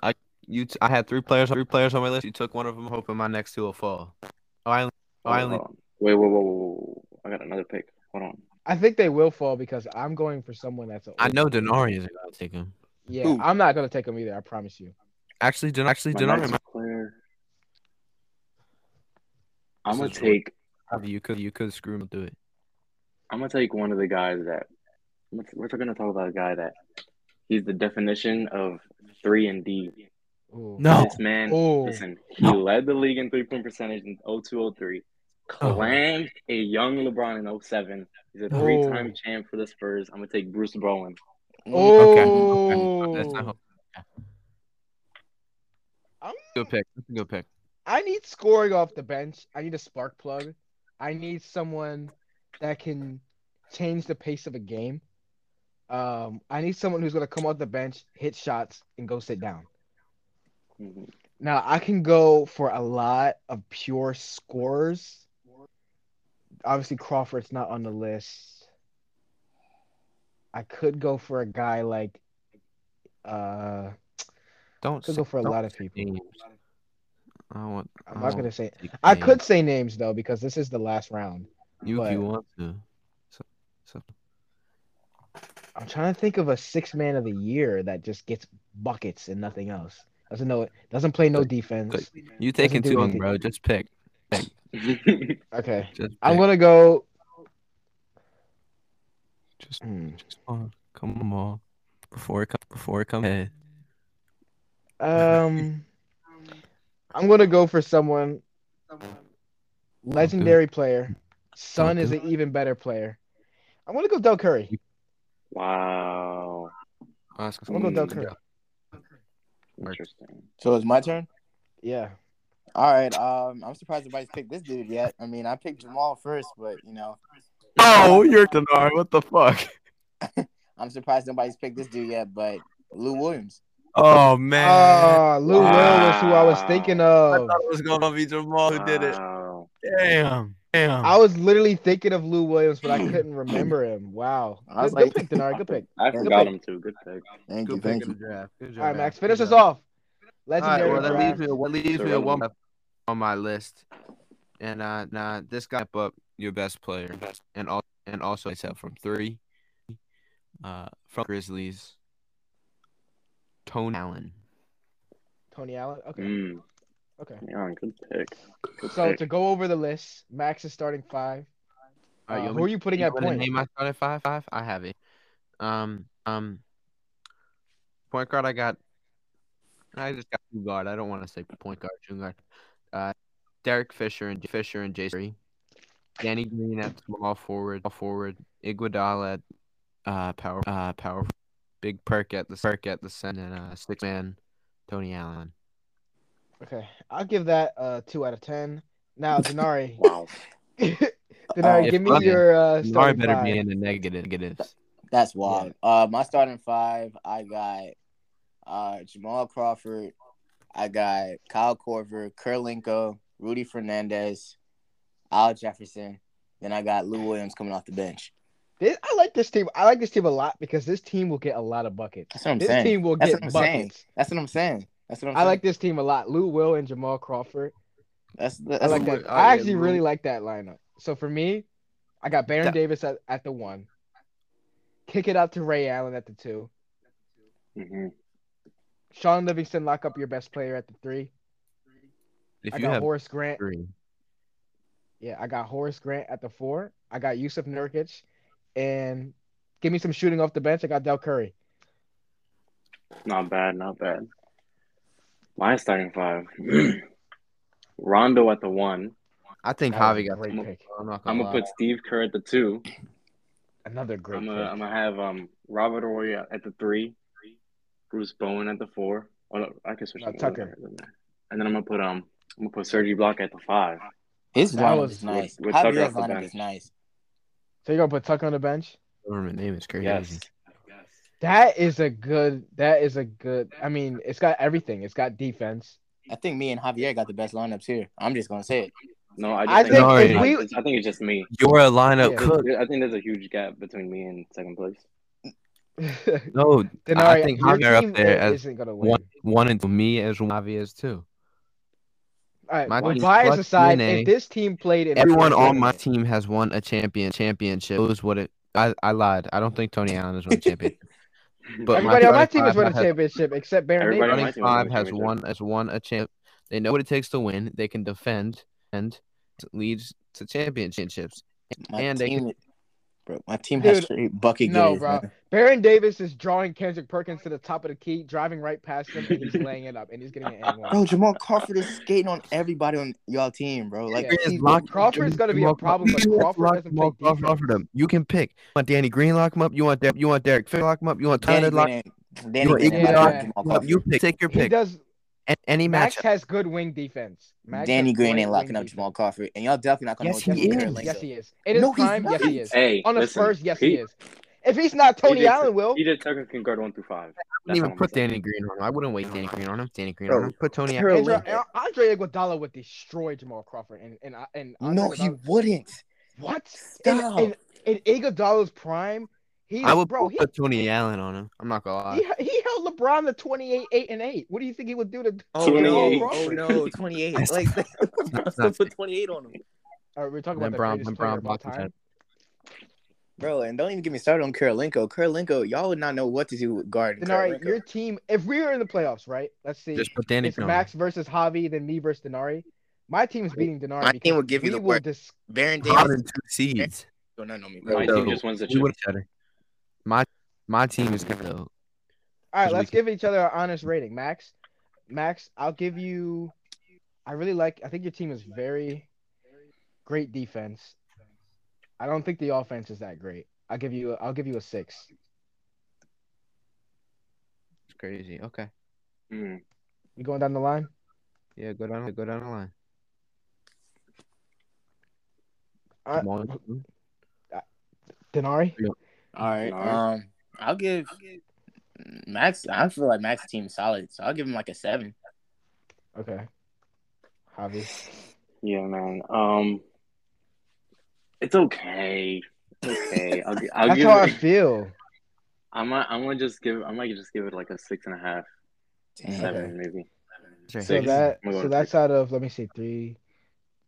Speaker 4: I you. T- I had three players. Three players on my list. You took one of them. Hoping my next two will fall. Oh, I only. Oh, I only.
Speaker 1: Hold on. Wait, whoa, whoa, whoa, whoa! whoa. I got another pick. Hold on.
Speaker 3: I think they will fall because I'm going for someone that's. a
Speaker 4: I know
Speaker 3: older.
Speaker 4: Denari is gonna take him.
Speaker 3: Yeah,
Speaker 5: Who?
Speaker 3: I'm not gonna take him either. I promise you.
Speaker 4: Actually, Den- actually
Speaker 1: My
Speaker 4: Denari
Speaker 1: next
Speaker 4: might
Speaker 1: player. I'm gonna
Speaker 4: This is really-
Speaker 1: take.
Speaker 4: have you. Could you could screw him? Do it.
Speaker 1: I'm gonna take one of the guys that let's- we're gonna talk about a guy that he's the definition of three and D.
Speaker 3: Ooh.
Speaker 4: No.
Speaker 1: This man,
Speaker 3: Ooh.
Speaker 1: listen, he led the league in three point percentage in 0203. Clanked a young LeBron in 07. He's a
Speaker 3: Oh.
Speaker 1: three time champ for the Spurs. I'm gonna take Bruce Bowen. [laughs]
Speaker 5: Mm,
Speaker 3: Oh.
Speaker 4: Okay. That's not.
Speaker 3: I'm-
Speaker 4: Good pick. That's a good pick.
Speaker 3: I need scoring off the bench. I need a spark plug. I need someone that can change the pace of a game. Um, I need someone who's gonna come off the bench, hit shots, and go sit down.
Speaker 1: Mhm.
Speaker 3: Now I can go for a lot of pure scorers. Obviously Crawford's not on the list. I could go for a guy like uh
Speaker 4: Don't.
Speaker 3: could
Speaker 4: say-
Speaker 3: go for a
Speaker 4: don't
Speaker 3: lot of
Speaker 4: say
Speaker 3: people.
Speaker 4: names. I don't want.
Speaker 3: I'm not gonna say
Speaker 4: take
Speaker 3: I
Speaker 4: names.
Speaker 3: could say names though because this is the last round.
Speaker 4: You if
Speaker 3: but-
Speaker 4: you want to. So, so
Speaker 3: I'm trying to think of a six man of the year that just gets buckets and nothing else. Doesn't know it doesn't play no defense.
Speaker 4: you taking
Speaker 3: do
Speaker 4: too long,
Speaker 3: anything.
Speaker 4: bro. Just pick.
Speaker 3: Okay.
Speaker 4: Just pick.
Speaker 3: I'm gonna go
Speaker 4: just,
Speaker 3: hmm.
Speaker 4: just on. Come on. Before it comes before it comes ahead.
Speaker 3: Um, I'm gonna go for someone legendary player. Son
Speaker 4: Don't
Speaker 3: is
Speaker 4: do
Speaker 3: an even better player. I'm gonna go Del Curry.
Speaker 1: Wow.
Speaker 3: I'm gonna go Del
Speaker 1: Mm.
Speaker 3: Curry.
Speaker 1: Interesting.
Speaker 5: So it's my turn.
Speaker 3: Yeah.
Speaker 5: All right. Um, I'm surprised nobody's picked this dude yet. I mean, I picked Jamal first, but you know,
Speaker 4: No, Oh, you're Denari. What the fuck?
Speaker 5: I'm surprised nobody's picked this dude yet. But Lou Williams.
Speaker 4: Oh man.
Speaker 3: Oh, Lou Will was who I was
Speaker 1: Wow.
Speaker 3: thinking
Speaker 4: I
Speaker 3: of.
Speaker 4: thought it was gonna be Jamal Oh, who did it.
Speaker 1: Wow.
Speaker 4: Damn. Damn.
Speaker 3: I was literally thinking of Lou Williams, but I couldn't remember him. Wow.
Speaker 5: I was
Speaker 3: Good, good
Speaker 5: like-
Speaker 3: pick, Denari. Good pick.
Speaker 1: I
Speaker 5: Good
Speaker 1: forgot
Speaker 3: pick.
Speaker 1: him too. Good pick.
Speaker 5: Thank
Speaker 4: good
Speaker 5: you.
Speaker 4: pick
Speaker 5: Thank
Speaker 4: in the
Speaker 5: you.
Speaker 4: draft. Good
Speaker 3: All right,
Speaker 4: job,
Speaker 3: Max,
Speaker 4: Good
Speaker 3: finish us
Speaker 4: job.
Speaker 3: off.
Speaker 4: All right,
Speaker 3: Legendary
Speaker 4: well that
Speaker 3: draft.
Speaker 4: leaves me that leaves me
Speaker 1: Sure.
Speaker 4: with one on my list, and uh, nah, this guy up your best player, and all and also except from three, uh, from Grizzlies, Tone Allen.
Speaker 3: Tony Allen. Okay.
Speaker 1: Mm.
Speaker 3: Okay.
Speaker 1: Yeah, good pick. Good
Speaker 3: So
Speaker 1: pick.
Speaker 3: to go over the list, Max is starting five.
Speaker 4: All
Speaker 3: Uh,
Speaker 4: right, you want
Speaker 3: who
Speaker 4: me-
Speaker 3: are you putting
Speaker 4: you
Speaker 3: at
Speaker 4: want to
Speaker 3: point?
Speaker 4: Name I started five five. I have it. Um um. Point guard, I got. I just got two guard. I don't want to say point guard, two guard. Uh, Derek Fisher and Fisher and Jason. Danny Green at small forward, small forward. Iguodala at uh power uh power. Big perk at the perk at the center and uh six man. Tony Allen.
Speaker 3: Okay. I'll give that uh two out of ten.
Speaker 4: [laughs]
Speaker 3: Now, Denari. [laughs]
Speaker 1: Wow.
Speaker 3: Denari,
Speaker 5: Uh,
Speaker 3: give me
Speaker 4: Love Oh, it.
Speaker 3: your uh
Speaker 4: Nari
Speaker 3: starting
Speaker 4: better
Speaker 3: five.
Speaker 4: be in the negative negatives.
Speaker 5: That's wild. Uh, my starting five. I got uh Jamal Crawford. I got Kyle Corver, Kurlinko, Rudy Fernandez, Al Jefferson. Then I got Lou Williams coming off the bench.
Speaker 3: This, I like this team. I like this team a lot because this team will get a lot of buckets.
Speaker 5: That's what I'm
Speaker 3: This
Speaker 5: saying.
Speaker 3: team will
Speaker 5: That's
Speaker 3: get
Speaker 5: what I'm
Speaker 3: buckets.
Speaker 5: saying. That's what I'm saying. That's what I'm
Speaker 3: I
Speaker 5: saying.
Speaker 3: like this team a lot. Lou Will and Jamal Crawford.
Speaker 5: That's, that's
Speaker 3: I like
Speaker 4: Lou
Speaker 3: that.
Speaker 4: Will. Oh,
Speaker 3: I
Speaker 4: yeah,
Speaker 3: actually
Speaker 4: Lou.
Speaker 3: really like that lineup. So for me, I got Baron
Speaker 4: That-
Speaker 3: Davis at, at the one. Kick it out to Ray Allen at the two.
Speaker 1: hmm
Speaker 3: Sean Livingston lock up your best player at the three.
Speaker 4: If
Speaker 3: I
Speaker 4: you
Speaker 3: got
Speaker 4: have
Speaker 3: Horace Grant.
Speaker 4: three,
Speaker 3: Yeah, I got Horace Grant at the four. I got Yusuf Nurkic, and give me some shooting off the bench. I got Del Curry.
Speaker 1: Not bad, not bad. My starting five. [clears throat] Rondo at the one.
Speaker 4: I think
Speaker 3: That was
Speaker 4: Javi
Speaker 3: a
Speaker 4: got.
Speaker 3: great
Speaker 1: I'm-
Speaker 3: pick.
Speaker 4: I'm not
Speaker 1: I'm
Speaker 4: gonna
Speaker 1: gonna
Speaker 4: lie.
Speaker 1: put Steve Kerr at the two.
Speaker 3: Another great
Speaker 1: I'm
Speaker 3: pick.
Speaker 1: gonna I'm gonna have um Robert Ory at the three, Bruce Bowen at the four. Oh no, I can switch.
Speaker 3: No,
Speaker 1: them over.
Speaker 3: Tucker.
Speaker 1: And then I'm gonna put um I'm gonna put Sergi Block at the five.
Speaker 5: His
Speaker 3: That
Speaker 5: lineup
Speaker 3: was-
Speaker 5: is nice.
Speaker 1: with- with Tucker
Speaker 5: Javier's
Speaker 1: off the
Speaker 5: lineup
Speaker 1: bench.
Speaker 5: is nice.
Speaker 3: So you're gonna put Tucker on the bench?
Speaker 4: Government name is crazy.
Speaker 3: That is a good. That is a good. I mean, it's got everything. It's got defense. [laughs]
Speaker 5: I think me and Javier got the best lineups here. I'm just gonna say it.
Speaker 1: No, I just
Speaker 3: I
Speaker 1: think,
Speaker 4: think if
Speaker 1: I,
Speaker 3: we-
Speaker 1: I think it's just me.
Speaker 4: You're a lineup
Speaker 3: Yeah.
Speaker 4: cook.
Speaker 1: I think there's a huge gap between me and second place.
Speaker 3: then
Speaker 4: No,
Speaker 3: all
Speaker 4: I
Speaker 3: right,
Speaker 4: think
Speaker 3: your
Speaker 4: Javier up
Speaker 3: team
Speaker 4: there as
Speaker 3: isn't gonna win.
Speaker 4: one, one and me as Javi is too.
Speaker 3: all right,
Speaker 4: my
Speaker 3: well,
Speaker 4: team's
Speaker 3: bias
Speaker 4: clutch
Speaker 3: aside,
Speaker 4: DNA.
Speaker 3: if this team played in
Speaker 4: Everyone
Speaker 3: the
Speaker 4: on my
Speaker 3: tournament-
Speaker 4: team has won a champion championship. Knows what it? I, I lied. I don't think Tony
Speaker 3: [laughs]
Speaker 4: Allen has won a champion. But my
Speaker 3: everybody on my team has won
Speaker 4: starting
Speaker 3: a
Speaker 4: five has-
Speaker 3: championship except Baron
Speaker 1: Everybody on
Speaker 3: Davis.
Speaker 1: my
Speaker 4: Running
Speaker 1: team has won a
Speaker 4: five has
Speaker 1: championship.
Speaker 4: won has won a champ. They know what it takes to win. They can defend and it leads to championships.
Speaker 5: My
Speaker 4: And they
Speaker 5: team, bro, my team
Speaker 3: Dude,
Speaker 5: has straight bucket
Speaker 3: no,
Speaker 5: getters.
Speaker 3: bro.
Speaker 5: man.
Speaker 3: Baron Davis is drawing Kendrick Perkins to the top of the key, driving right past him, and he's laying it up, and he's getting an and one.
Speaker 5: Bro, Jamal Crawford is skating on everybody on y'all team, bro. Like
Speaker 3: Yeah.
Speaker 5: he's-
Speaker 3: Crawford's gonna be a
Speaker 4: Jamal-
Speaker 3: problem, but
Speaker 4: Jamal
Speaker 3: Crawford doesn't
Speaker 4: Jamal
Speaker 3: play defense.
Speaker 4: Crawford him. You can pick. You want Danny Green lock him up. You want Der- you want Derek Fisher lock him up. You want
Speaker 5: Danny
Speaker 4: Tyler lock him
Speaker 5: Green, ain't- Danny
Speaker 4: You
Speaker 5: Green,
Speaker 3: ain't
Speaker 5: ain't
Speaker 3: gonna
Speaker 5: locking
Speaker 3: pick
Speaker 5: Jamal
Speaker 4: up.
Speaker 5: Crawford.
Speaker 4: You pick. Take your
Speaker 3: He
Speaker 4: pick.
Speaker 3: does.
Speaker 4: A- any
Speaker 3: Max
Speaker 4: matchup.
Speaker 3: has good wing defense. Max
Speaker 5: Danny
Speaker 3: has
Speaker 5: Green
Speaker 3: great
Speaker 5: ain't
Speaker 3: wing
Speaker 5: locking up
Speaker 3: defense.
Speaker 5: Jamal Crawford, and y'all definitely not gonna
Speaker 4: Yes,
Speaker 5: know
Speaker 4: he
Speaker 5: Devin
Speaker 4: is.
Speaker 5: Carolina.
Speaker 3: Yes, he is. It is
Speaker 5: No, he's
Speaker 3: time. Yes, he
Speaker 5: not.
Speaker 3: is.
Speaker 1: Hey,
Speaker 3: On the
Speaker 1: listen,
Speaker 3: Spurs, yes,
Speaker 1: he,
Speaker 3: he is. If he's not Tony
Speaker 1: did-
Speaker 3: Allen, will
Speaker 1: He did Tucker can guard one through five.
Speaker 4: I wouldn't even
Speaker 1: That's what
Speaker 4: put
Speaker 1: I'm
Speaker 4: Danny Green on him. I wouldn't waste Danny Green on him. Danny Green
Speaker 5: Bro,
Speaker 4: on him. Put Tony.
Speaker 5: Carol-
Speaker 3: Andre,
Speaker 5: Carolina.
Speaker 3: Andre Iguodala would destroy Jamal Crawford, and and I- and
Speaker 5: No,
Speaker 3: Andre
Speaker 5: he
Speaker 3: Iguodala-
Speaker 5: wouldn't.
Speaker 3: what? In,
Speaker 5: Stop.
Speaker 3: in, in Iguodala's prime, he
Speaker 4: I would
Speaker 3: bro he,
Speaker 4: put Tony Allen on him. I'm not gonna lie.
Speaker 3: he he held LeBron to 28, 8, and eight. What do you think he would do to?
Speaker 5: Oh
Speaker 1: 28.
Speaker 5: no, oh no, twenty eight. [laughs] Like I'm still put twenty eight on him.
Speaker 3: All right, we're talking
Speaker 4: Then
Speaker 3: about
Speaker 4: Brown-
Speaker 3: the
Speaker 4: then
Speaker 3: greatest player
Speaker 4: Brown
Speaker 3: of all
Speaker 4: blocked him.
Speaker 3: time.
Speaker 5: Bro, and don't even get me started on Karolinko. Karolinko, y'all would not know what to do with guard.
Speaker 3: Then all right,
Speaker 5: Karolinko.
Speaker 3: your team. If we were in the playoffs, right? Let's see.
Speaker 4: Just put Danny
Speaker 3: It's
Speaker 4: Green. on him.
Speaker 3: Max versus Javi, then me versus Denari. My team's beating Denari.
Speaker 5: My
Speaker 3: because
Speaker 5: team would give you
Speaker 3: we
Speaker 5: the
Speaker 3: will
Speaker 5: work.
Speaker 3: dis-
Speaker 5: Baron
Speaker 4: Hot
Speaker 5: Davis
Speaker 4: in two seeds.
Speaker 5: don't know me,
Speaker 1: saying.
Speaker 5: bro.
Speaker 1: My team just wins the
Speaker 4: We
Speaker 1: chip.
Speaker 4: would have said it. My my team is good though.
Speaker 3: All right,
Speaker 4: Because we
Speaker 3: let's give each other an honest rating. Max, Max, I'll give you. I really like. I think your team is very great defense. I don't think the offense is that great. I'll give you. I'll give you a six.
Speaker 4: It's crazy. Okay.
Speaker 1: Mm.
Speaker 3: You going down the line?
Speaker 4: Yeah, go down go down the line.
Speaker 3: Uh,
Speaker 4: One,
Speaker 3: Denari.
Speaker 5: All right.
Speaker 1: No.
Speaker 5: Um, I'll give Max. I feel like Max's team solid, so I'll give him like a seven.
Speaker 3: Okay. Javi.
Speaker 1: Yeah, man. Um, it's okay. It's
Speaker 3: [laughs]
Speaker 1: okay. I'll, gi- I'll
Speaker 3: That's
Speaker 1: give
Speaker 3: how I
Speaker 1: it.
Speaker 3: feel.
Speaker 1: I might. I might just give. I might just give it like a six and a half, seven maybe.
Speaker 4: Sure.
Speaker 3: So
Speaker 1: Six.
Speaker 3: that
Speaker 1: I'm going
Speaker 3: so that's out of let me see three,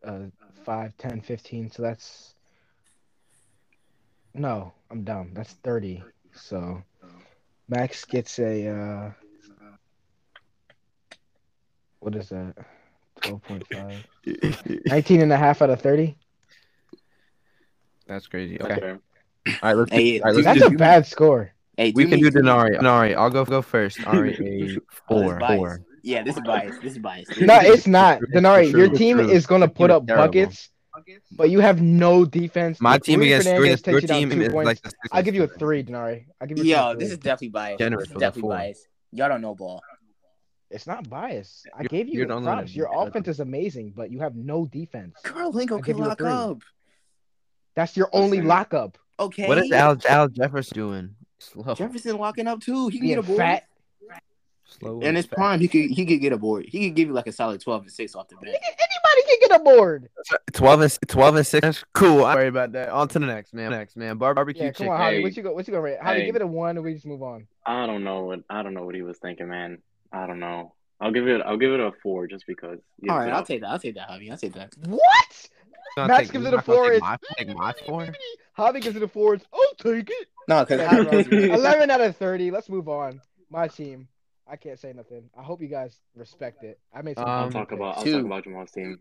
Speaker 3: uh, five, ten, fifteen. So that's no, I'm dumb. That's thirty. So Max gets a uh, what is that? 12.5 19 and a half out of 30
Speaker 4: That's crazy. Okay.
Speaker 1: Okay.
Speaker 4: All right, let's,
Speaker 5: Hey,
Speaker 4: all right,
Speaker 5: dude,
Speaker 4: let's
Speaker 3: that's
Speaker 4: do,
Speaker 3: a bad score
Speaker 5: Hey,
Speaker 4: we
Speaker 5: do
Speaker 4: can
Speaker 5: me-
Speaker 4: do Denari. Denari, I'll go go first. All right, a
Speaker 5: Oh, this
Speaker 4: four.
Speaker 5: bias.
Speaker 4: four.
Speaker 5: Yeah, this is biased. This is [laughs] biased.
Speaker 3: no it's not
Speaker 4: True,
Speaker 3: denari your
Speaker 4: true,
Speaker 3: team
Speaker 4: true.
Speaker 3: is going to put
Speaker 4: Team
Speaker 3: up
Speaker 4: is terrible.
Speaker 3: buckets but you have no defense
Speaker 4: My
Speaker 3: Like,
Speaker 4: team
Speaker 3: Rudy
Speaker 4: against three.
Speaker 3: Fernandez
Speaker 4: Your
Speaker 3: takes you down
Speaker 4: team
Speaker 3: two
Speaker 4: is
Speaker 3: points.
Speaker 4: like the six
Speaker 3: i'll give you a three denari i'll give you a
Speaker 5: Yo,
Speaker 3: three.
Speaker 5: this is definitely biased.
Speaker 4: Generous
Speaker 5: This is
Speaker 4: with a
Speaker 5: definitely
Speaker 4: four.
Speaker 5: biased. Y'all don't know ball.
Speaker 3: It's not bias. I
Speaker 4: You're-
Speaker 3: gave you
Speaker 4: you're the only one
Speaker 3: props.
Speaker 4: that
Speaker 3: Your
Speaker 4: did that.
Speaker 3: offense is amazing, but you have no defense. I
Speaker 5: Karolinko
Speaker 3: give
Speaker 5: can
Speaker 3: you a
Speaker 5: lock
Speaker 3: three.
Speaker 5: up.
Speaker 3: That's your only
Speaker 1: Listen.
Speaker 3: lockup.
Speaker 5: Okay.
Speaker 4: What is Al Al Jefferson doing? Slow.
Speaker 5: Jefferson locking up too. He can get
Speaker 3: Being
Speaker 5: a board.
Speaker 3: fat.
Speaker 4: Slow.
Speaker 5: In his prime, he could he could get a board. He could give you like a solid twelve and six off the bench.
Speaker 3: Nigga, Anybody can get a board.
Speaker 4: Twelve and twelve and six. Cool. I worry about that. On to the next man. Next man. Bar- barbecue
Speaker 3: Yeah, come
Speaker 4: chicken.
Speaker 3: on,
Speaker 1: Hey.
Speaker 3: Javi. What you go? What you gonna rate? Javi,
Speaker 1: Hey.
Speaker 3: give it a one, and we just move on.
Speaker 1: I don't know what. I don't know what he was thinking, man. I don't know. I'll give it. I'll give it a four just because. you
Speaker 5: All right,
Speaker 1: know.
Speaker 5: I'll take that. I'll take that, Javi. I'll take that.
Speaker 3: What?
Speaker 4: I'll
Speaker 3: Max
Speaker 4: take-
Speaker 3: gives it
Speaker 4: I'm
Speaker 3: a
Speaker 4: not gonna
Speaker 3: four.
Speaker 4: Take
Speaker 3: It's-
Speaker 4: my,
Speaker 3: [laughs]
Speaker 4: take my four.
Speaker 3: Javi gives it a four. It's, I'll take it.
Speaker 5: No, because
Speaker 3: Yeah,
Speaker 5: Javi,
Speaker 3: Eleven out of thirty. Let's move on. My team. I can't say nothing. I hope you guys respect it. I made some.
Speaker 4: Um,
Speaker 1: I'll
Speaker 3: Um,
Speaker 1: talk about I'll
Speaker 5: two.
Speaker 1: talk about Jamal's team.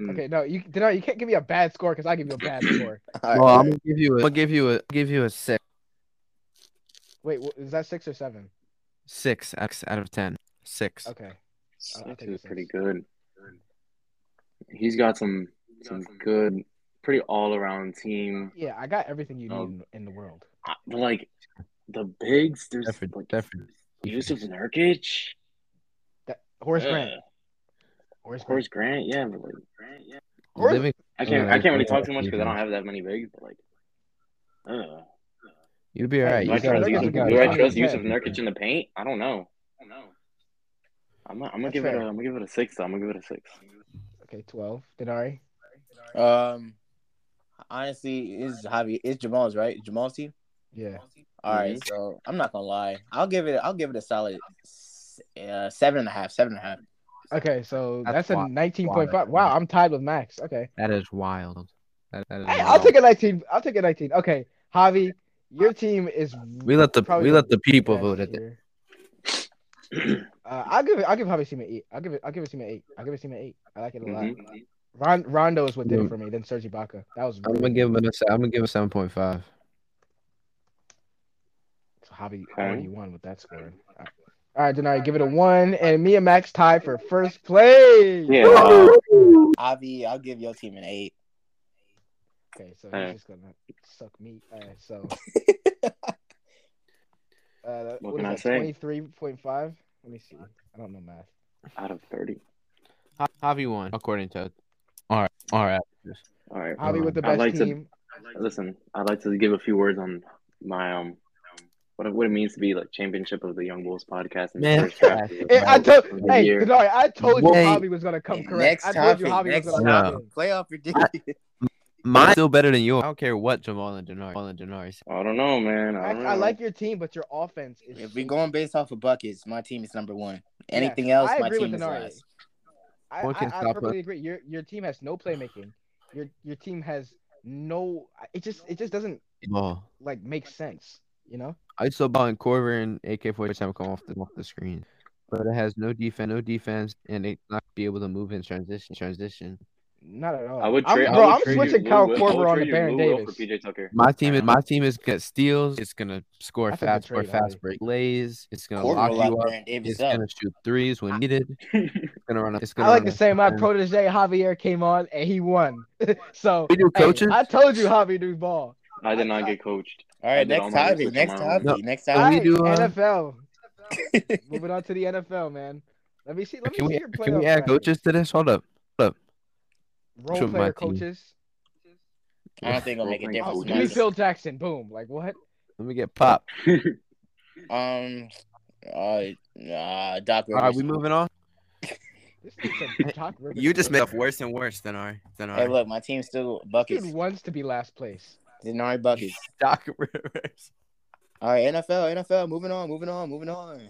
Speaker 1: Mm.
Speaker 3: Okay, no, you no, you can't give me a bad score because I give you a bad score.
Speaker 5: All right,
Speaker 4: well,
Speaker 5: all right.
Speaker 4: I'm gonna give you. A, I'll give you a. Give you a six.
Speaker 3: Wait, wh- is that six or seven?
Speaker 4: Six X out of ten. Six.
Speaker 3: Okay, I'll
Speaker 1: Six
Speaker 3: take a
Speaker 1: is
Speaker 3: six.
Speaker 1: pretty good. He's got some some good, pretty all around team.
Speaker 3: yeah, I got everything you need
Speaker 1: Um,
Speaker 3: in, in the world.
Speaker 1: I- but, Like the bigs, there's
Speaker 4: Definitely.
Speaker 1: like
Speaker 4: Definitely.
Speaker 1: Yusuf Nurkic,
Speaker 3: That Horace Grant.
Speaker 1: Yeah.
Speaker 3: Horace Grant.
Speaker 1: Horace Grant, yeah, but like
Speaker 3: Or-
Speaker 4: Living-
Speaker 1: I can't
Speaker 4: Yeah,
Speaker 1: I can't really
Speaker 4: yeah,
Speaker 1: talk too much because I don't
Speaker 4: yeah.
Speaker 1: have that many bigs, but like. Uh,
Speaker 4: You'll be
Speaker 3: Hey,
Speaker 1: do
Speaker 4: alright.
Speaker 3: you
Speaker 1: I
Speaker 4: You
Speaker 3: got-
Speaker 1: trust,
Speaker 4: gotta-
Speaker 3: you
Speaker 1: Yusuf,
Speaker 3: got-
Speaker 1: do I
Speaker 3: you
Speaker 1: trust
Speaker 3: got-
Speaker 1: Yusuf Nurkic in the paint? I don't know. I don't know. I'm gonna, I'm gonna
Speaker 3: That's
Speaker 1: give it
Speaker 3: fair.
Speaker 1: a I'm gonna give it a six. though. I'm gonna give it a six. [clears throat]
Speaker 3: Okay, twelve. Denari.
Speaker 5: Um, honestly, it's Javi. It's Jamal's right. Jamal's team.
Speaker 3: Yeah.
Speaker 5: All right, so I'm not gonna lie. I'll give it. I'll give it a solid s- uh, seven and a half. Seven and a half.
Speaker 3: Okay, so that's,
Speaker 4: That's
Speaker 3: a
Speaker 4: wild.
Speaker 3: nineteen point five. Wow, I'm tied with Max. Okay.
Speaker 4: That is wild. That, that is
Speaker 3: Hey, I'll
Speaker 4: wild.
Speaker 3: take a nineteen. I'll take a nineteen. Okay, Javi, your team is.
Speaker 4: We let the
Speaker 3: probably
Speaker 4: we let the people
Speaker 3: best
Speaker 4: vote at the
Speaker 3: here. Uh, I'll give it. I'll give Javi team an eight. I'll give it. I'll give it team an eight. I'll give it team an eight. I like it a lot.
Speaker 1: Mhm.
Speaker 3: Ron, Rondo is what did it
Speaker 4: Mm.
Speaker 3: for me. Then Serge Ibaka. That was.
Speaker 4: I'm
Speaker 3: really
Speaker 4: gonna give him a se- I'm gonna give him seven point five.
Speaker 3: Javi
Speaker 1: Okay.
Speaker 3: already won with that score. All right, Denari, give it a one, and me and Max tie for first place.
Speaker 1: Yeah. uh,
Speaker 5: Avi, I'll give your team an eight.
Speaker 3: Okay, so
Speaker 1: Yeah.
Speaker 3: he's just gonna suck me. All
Speaker 5: [laughs]
Speaker 3: right, so. Uh,
Speaker 1: What
Speaker 3: what
Speaker 1: can I
Speaker 3: is
Speaker 1: say?
Speaker 3: that? Twenty-three point five. Let me see. I don't know math.
Speaker 1: out of thirty.
Speaker 4: Ha- Javi won according to. All right, all right.
Speaker 1: All right.
Speaker 3: Javi with the
Speaker 1: I'd
Speaker 3: best
Speaker 1: like to-
Speaker 3: team.
Speaker 1: Listen, I'd like to give a few words on my um what it, what it means to be like championship of the Young Bulls podcast and
Speaker 4: Man.
Speaker 1: first
Speaker 3: [laughs]
Speaker 1: draft. of
Speaker 3: Hey, I
Speaker 1: the
Speaker 3: told,
Speaker 1: Bulls of the
Speaker 3: hey,
Speaker 1: year.
Speaker 3: Denari, I told you
Speaker 4: Wait.
Speaker 3: Javi was gonna come correct.
Speaker 5: Next
Speaker 3: I told you
Speaker 5: topic.
Speaker 3: Javi
Speaker 5: next
Speaker 3: was gonna
Speaker 4: topic.
Speaker 3: come
Speaker 5: topic.
Speaker 3: in.
Speaker 5: Playoff prediction.
Speaker 4: Mine's still better than yours. I don't care what Jamal and Denari. Jamal and Denari. said.
Speaker 1: I don't know, man. I,
Speaker 3: Max,
Speaker 1: don't know.
Speaker 3: I like your team, but your offense is.
Speaker 5: If we're
Speaker 3: so-
Speaker 5: going based off of buckets, my team is number one.
Speaker 3: Yes,
Speaker 5: Anything else,
Speaker 3: I
Speaker 5: my
Speaker 3: agree
Speaker 5: team
Speaker 3: with
Speaker 5: is
Speaker 3: Denari.
Speaker 5: last.
Speaker 3: I, I,
Speaker 4: One can
Speaker 3: I
Speaker 4: stop us.
Speaker 3: perfectly agree. Your your team has no playmaking. Your your team has no. It just it just doesn't
Speaker 4: Ball.
Speaker 3: like make sense. You know.
Speaker 4: I saw ball and Corver and AK forty seven come off the off the screen, but it has no defense, no defense, and it's not be able to move in transition. Transition.
Speaker 3: Not at all.
Speaker 1: I would
Speaker 3: I'm-
Speaker 1: trade. I
Speaker 3: bro,
Speaker 1: would
Speaker 3: I'm
Speaker 1: trade
Speaker 3: switching
Speaker 1: you
Speaker 3: Kyle
Speaker 1: Lou Will- I would
Speaker 3: Korver on
Speaker 1: trade
Speaker 3: to
Speaker 1: you
Speaker 3: Baron
Speaker 1: Lou Will
Speaker 3: Davis.
Speaker 1: For PJ [laughs] Tucker.
Speaker 4: My team is my team is got steals. It's gonna score
Speaker 3: I think
Speaker 4: fast,
Speaker 3: the
Speaker 4: score
Speaker 3: trade
Speaker 4: fast
Speaker 3: already.
Speaker 4: break plays. It's gonna
Speaker 5: Corver
Speaker 4: lock
Speaker 5: will
Speaker 4: you
Speaker 5: lock
Speaker 4: up.
Speaker 5: Baron Davis
Speaker 4: It's
Speaker 5: up.
Speaker 4: gonna shoot threes when needed. It's gonna run. It's gonna
Speaker 3: I like
Speaker 4: run
Speaker 3: to
Speaker 4: a-
Speaker 3: say my
Speaker 4: Yeah.
Speaker 3: protege Javier came on and he won. [laughs] so
Speaker 4: We do
Speaker 3: hey,
Speaker 4: coaches?
Speaker 3: I told you Javi do ball.
Speaker 1: I did not get coached.
Speaker 5: All
Speaker 1: I
Speaker 5: right,
Speaker 1: did all
Speaker 5: next
Speaker 1: my
Speaker 5: topic.
Speaker 1: research
Speaker 5: Next
Speaker 1: on my own.
Speaker 5: topic. Next
Speaker 4: Can we
Speaker 5: topic.
Speaker 4: do, uh,
Speaker 3: NFL. Moving on to the NFL, man. Let me see. Let me
Speaker 4: Can
Speaker 3: see
Speaker 4: we
Speaker 3: your
Speaker 4: can we
Speaker 3: playoff
Speaker 4: add
Speaker 3: bracket.
Speaker 4: coaches to this? Hold up, hold up.
Speaker 3: role
Speaker 4: Shoot my
Speaker 3: player
Speaker 4: team.
Speaker 3: coaches?
Speaker 5: I don't think it'll make a
Speaker 1: Role-playing
Speaker 5: difference.
Speaker 3: Oh,
Speaker 1: coaches.
Speaker 3: give me
Speaker 5: man.
Speaker 1: Nice.
Speaker 3: Phil Jackson. Boom. Like what?
Speaker 4: Let me get pop.
Speaker 5: [laughs] Um, uh, uh, Doc
Speaker 4: All right,
Speaker 5: Rivers.
Speaker 4: we moving on.
Speaker 3: This is a
Speaker 4: [laughs]
Speaker 3: Doc Rivers.
Speaker 4: made up worse and worse than I than
Speaker 5: Hey,
Speaker 4: [laughs]
Speaker 5: look, my team's still
Speaker 3: This
Speaker 5: buckets.
Speaker 3: dude wants to be last place.
Speaker 5: Denari buckets.
Speaker 4: Doc Rivers.
Speaker 5: All right, NFL, NFL. Moving on, moving on, moving on.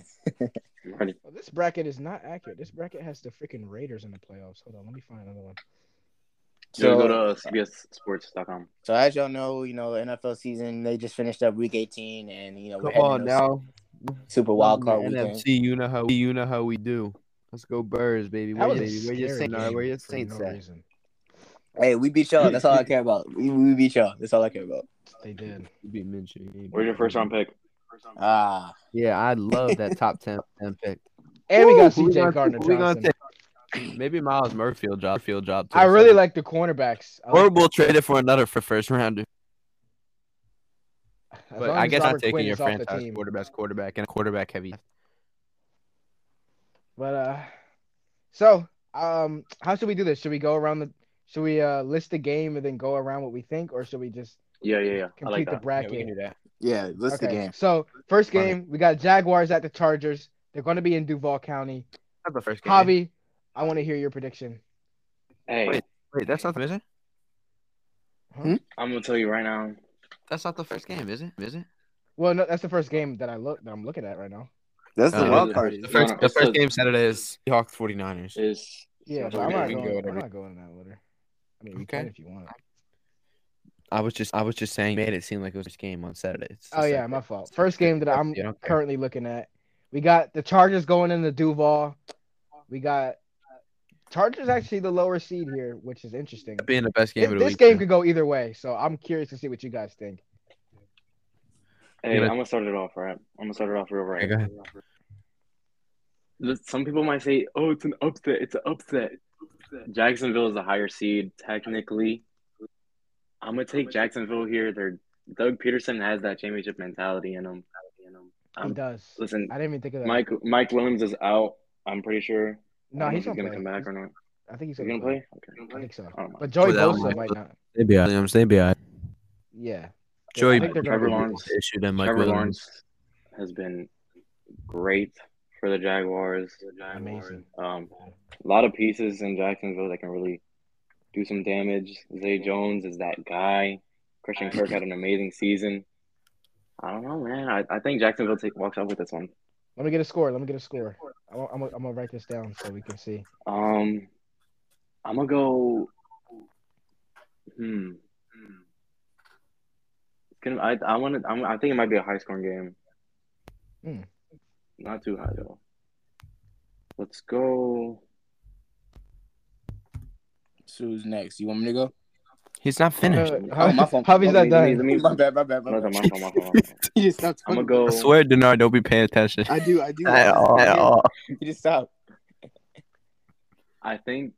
Speaker 1: Ready?
Speaker 3: Well, Oh, this bracket is not accurate. This bracket has the freaking Raiders in the playoffs. Hold on, let me find another one.
Speaker 1: So, go
Speaker 5: So-
Speaker 1: to uh, CBSSports.com.
Speaker 5: So as y'all know, you know the NFL season they just finished up week 18, and you know we're
Speaker 4: Come
Speaker 5: heading
Speaker 4: on
Speaker 5: into
Speaker 4: now.
Speaker 5: Super Wild Card
Speaker 4: NFC,
Speaker 5: weekend.
Speaker 4: you know how you know how we do. Let's go Birds, baby.
Speaker 3: That
Speaker 4: Where,
Speaker 3: was
Speaker 4: you,
Speaker 3: a
Speaker 4: baby? Where your
Speaker 3: scary
Speaker 4: Saints are?
Speaker 3: game
Speaker 4: Where your
Speaker 3: for
Speaker 4: Saints
Speaker 3: no
Speaker 4: at?
Speaker 3: reason.
Speaker 5: Hey, we beat y'all. That's all I care about. We, we beat y'all. That's all I care about.
Speaker 3: They did.
Speaker 4: You beat Minshew.
Speaker 1: Where's your first round pick?
Speaker 5: Ah,
Speaker 4: Yeah, I love
Speaker 3: [laughs]
Speaker 4: that top 10, 10 pick.
Speaker 3: And we
Speaker 4: Woo,
Speaker 3: got
Speaker 4: who we gonna
Speaker 3: CJ
Speaker 4: take?
Speaker 3: Gardner
Speaker 4: Who we gonna
Speaker 3: Johnson.
Speaker 4: take? Maybe Miles Murphy will drop. Field job.
Speaker 3: I really like the cornerbacks. I
Speaker 4: Or
Speaker 3: like,
Speaker 4: we'll trade it for another for first rounder.
Speaker 3: as
Speaker 4: But
Speaker 3: long
Speaker 4: I
Speaker 3: as
Speaker 4: guess
Speaker 3: Robert
Speaker 4: I'm taking
Speaker 3: Quinn
Speaker 4: your
Speaker 3: is off the
Speaker 4: franchise
Speaker 3: team.
Speaker 4: quarterback's quarterback and a quarterback heavy.
Speaker 3: But uh, so um, how should we do this? Should we go around the? Should we uh list the game and then go around what we think, or should we just
Speaker 1: Yeah, yeah, yeah. I like
Speaker 3: complete the
Speaker 1: that.
Speaker 3: bracket?
Speaker 4: that.
Speaker 5: yeah. List the game.
Speaker 3: So first
Speaker 4: Run it.
Speaker 3: game, we got Jaguars at the Chargers. They're going to be in Duval County.
Speaker 4: That's the first game.
Speaker 3: Javi, I want to hear your prediction.
Speaker 1: Hey,
Speaker 4: Wait, that's not the is it?
Speaker 1: I'm gonna tell you right now.
Speaker 4: That's not the first game, is it? Is it?
Speaker 3: Well, no, that's the first game that I look that I'm looking at right now.
Speaker 5: That's
Speaker 4: the Uh,
Speaker 1: wild card.
Speaker 4: The
Speaker 1: No,
Speaker 4: first,
Speaker 1: no,
Speaker 4: the
Speaker 1: it's
Speaker 4: first
Speaker 1: the-
Speaker 4: game Saturday is Seahawks 49ers.
Speaker 1: Is
Speaker 3: Yeah,
Speaker 1: Yeah,
Speaker 3: but I'm
Speaker 1: we
Speaker 3: not
Speaker 1: can
Speaker 3: going.
Speaker 1: go
Speaker 3: I'm
Speaker 4: whatever-
Speaker 3: not going in that order. I mean, you
Speaker 4: Okay.
Speaker 3: can if you want.
Speaker 4: I was just I was just saying made it seem like it was a game on Saturday. It's the
Speaker 3: Oh yeah,
Speaker 4: second-
Speaker 3: my fault. First game that I'm
Speaker 4: Yeah, okay.
Speaker 3: currently looking at, We got the Chargers going into Duval. We got Chargers actually the lower seed here, which is interesting.
Speaker 4: Being the best game
Speaker 3: Th-
Speaker 4: of the
Speaker 3: this
Speaker 4: week.
Speaker 3: game
Speaker 4: too.
Speaker 3: could go either way, so I'm curious to see what you guys think.
Speaker 1: Hey,
Speaker 4: Yeah.
Speaker 1: I'm gonna start it off right. I'm gonna start it off real right.
Speaker 4: Okay, go ahead.
Speaker 1: Th- Some people might say, "Oh, it's an upset. It's an upset." Jacksonville is the higher seed technically. I'm gonna take Jacksonville here. They're Doug Peterson has that championship mentality in him.
Speaker 3: He
Speaker 1: Um,
Speaker 3: does.
Speaker 1: listen,
Speaker 3: I didn't even think of that.
Speaker 1: Mike Mike Williams is out. I'm pretty sure.
Speaker 3: no,
Speaker 1: I don't
Speaker 3: he's
Speaker 1: know if
Speaker 3: gonna,
Speaker 1: come back or not.
Speaker 3: I think he's
Speaker 1: Is he
Speaker 3: gonna,
Speaker 1: gonna play? Okay.
Speaker 3: I think so.
Speaker 1: I don't know.
Speaker 3: But Joey
Speaker 4: Without
Speaker 3: Bosa
Speaker 4: Mike
Speaker 3: might not.
Speaker 4: They'd be all right. Williams, They'd be all right.
Speaker 3: Yeah.
Speaker 4: Joey
Speaker 3: I think they're gonna
Speaker 1: Trevor
Speaker 3: be-
Speaker 1: Lawrence.
Speaker 4: Issue than Mike
Speaker 1: Trevor
Speaker 4: Williams.
Speaker 1: Lawrence has been great for the Jaguars.
Speaker 3: Amazing.
Speaker 1: Um, a lot of pieces in Jacksonville that can really do some damage. Zay Jones is that guy. Christian Kirk had an amazing season. I don't know, man. I, I think Jacksonville take, walks out with this one.
Speaker 3: Let me get a score. Let me get a score. I'm, I'm, I'm gonna write this down so we can see.
Speaker 1: Um, I'm gonna go. Hmm. Can I? I want to. I think it might be a high scoring game.
Speaker 3: Hmm.
Speaker 1: Not too high though. Let's go.
Speaker 5: So who's next? You want me to go?
Speaker 4: He's not finished.
Speaker 3: Uh, [laughs]
Speaker 5: Oh, my fault.
Speaker 3: Hubby's
Speaker 1: Let
Speaker 3: not
Speaker 1: me- let me- let
Speaker 3: done.
Speaker 1: me-
Speaker 5: [laughs] my bad, my bad,
Speaker 1: No,
Speaker 5: my
Speaker 1: no,
Speaker 5: bad.
Speaker 1: my fault, my fault, my [laughs] fault.
Speaker 5: [laughs] You just stopped
Speaker 1: I'm
Speaker 5: talking.
Speaker 1: gonna go.
Speaker 4: I swear, Denard, don't be paying attention [laughs]
Speaker 5: I do, I do.
Speaker 4: at all. At all.
Speaker 5: You just stopped.
Speaker 1: I think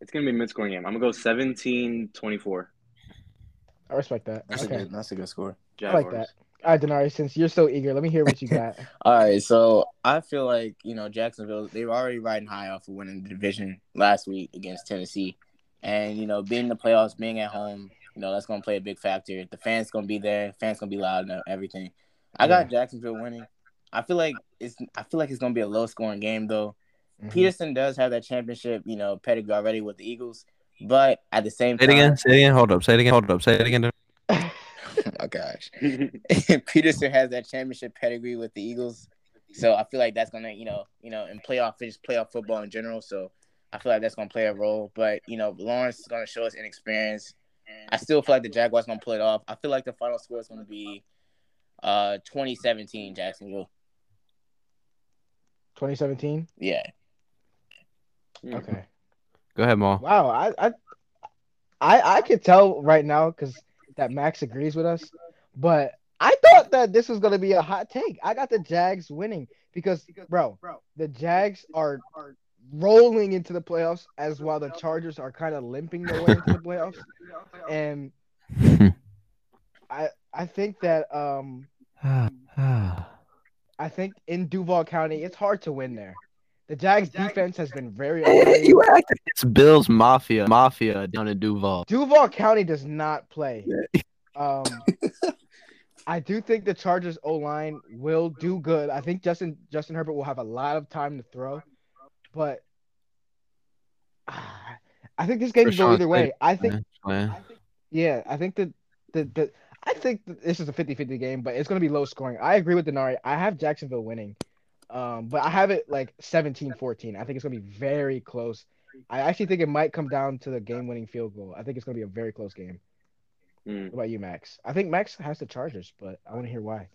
Speaker 1: it's gonna be a mid-scoring game. I'm gonna go 17-24.
Speaker 3: I respect that.
Speaker 5: That's
Speaker 3: okay.
Speaker 5: a good. That's a good score.
Speaker 3: I like that. All right, Denari, since you're so eager, let me hear what
Speaker 1: [laughs]
Speaker 3: you got.
Speaker 5: All right, so I feel like you know Jacksonville. They were already riding high off of winning the division last week against Tennessee, and you know being in the playoffs, being at home, you know that's going to play a big factor. The fans going to be there. Fans going to be loud and everything. I got Jacksonville winning. I feel like it's. I feel like it's going to be a low scoring game though.
Speaker 4: Mm-hmm.
Speaker 3: Mhm. [laughs]
Speaker 5: Peterson does have that championship, you know, pedigree already with the Eagles, but at the same
Speaker 4: Say
Speaker 5: time,
Speaker 4: it again. Say it again. Hold up. Say it again. Hold up. Say it again. Denard.
Speaker 5: [laughs] oh my gosh,
Speaker 1: that.
Speaker 5: [laughs] Peterson has that championship pedigree with the Eagles, so I feel like that's gonna, you know, you know, in playoff, just playoff football in general. So I feel like that's gonna play a role. But you know, Lawrence is gonna show us inexperience. I still feel like the Jaguars gonna pull it off. I feel like the final score is gonna be, uh, twenty seventeen Jacksonville.
Speaker 3: 2017.
Speaker 5: Yeah,
Speaker 1: [laughs]
Speaker 3: Okay.
Speaker 4: Go ahead, Maul. [sighs]
Speaker 3: Wow, I I I, I could tell right now because that Max agrees with us, but I thought that this was gonna be a hot take. I got the Jags winning because, bro, the Jags are rolling into the playoffs as while the Chargers are kind of limping their way into the playoffs, and I I think that um I think in Duval County it's hard to win there. The Jags defense has been very underrated.
Speaker 4: [laughs] you act like it's Bills Mafia. Mafia down in Duval.
Speaker 3: Duval County does not play. Um, I do think the Chargers O line will do good. I think Justin Justin Herbert will have a lot of time to throw, but ah, I think this game can go
Speaker 4: Rashawn
Speaker 3: either way.
Speaker 4: Slater,
Speaker 3: I think,
Speaker 4: Man.
Speaker 3: yeah, I think that the, the I think that this is a 50-50 game, but it's going to be low scoring. I agree with Denari. I have Jacksonville winning, um, but I have it like 17-14. I think it's going to be very close. I actually think it might come down to the game-winning field goal. I think it's going to be a very close game.
Speaker 1: Mm.
Speaker 3: What about you, Max? I think Max has the Chargers, but I want to hear why.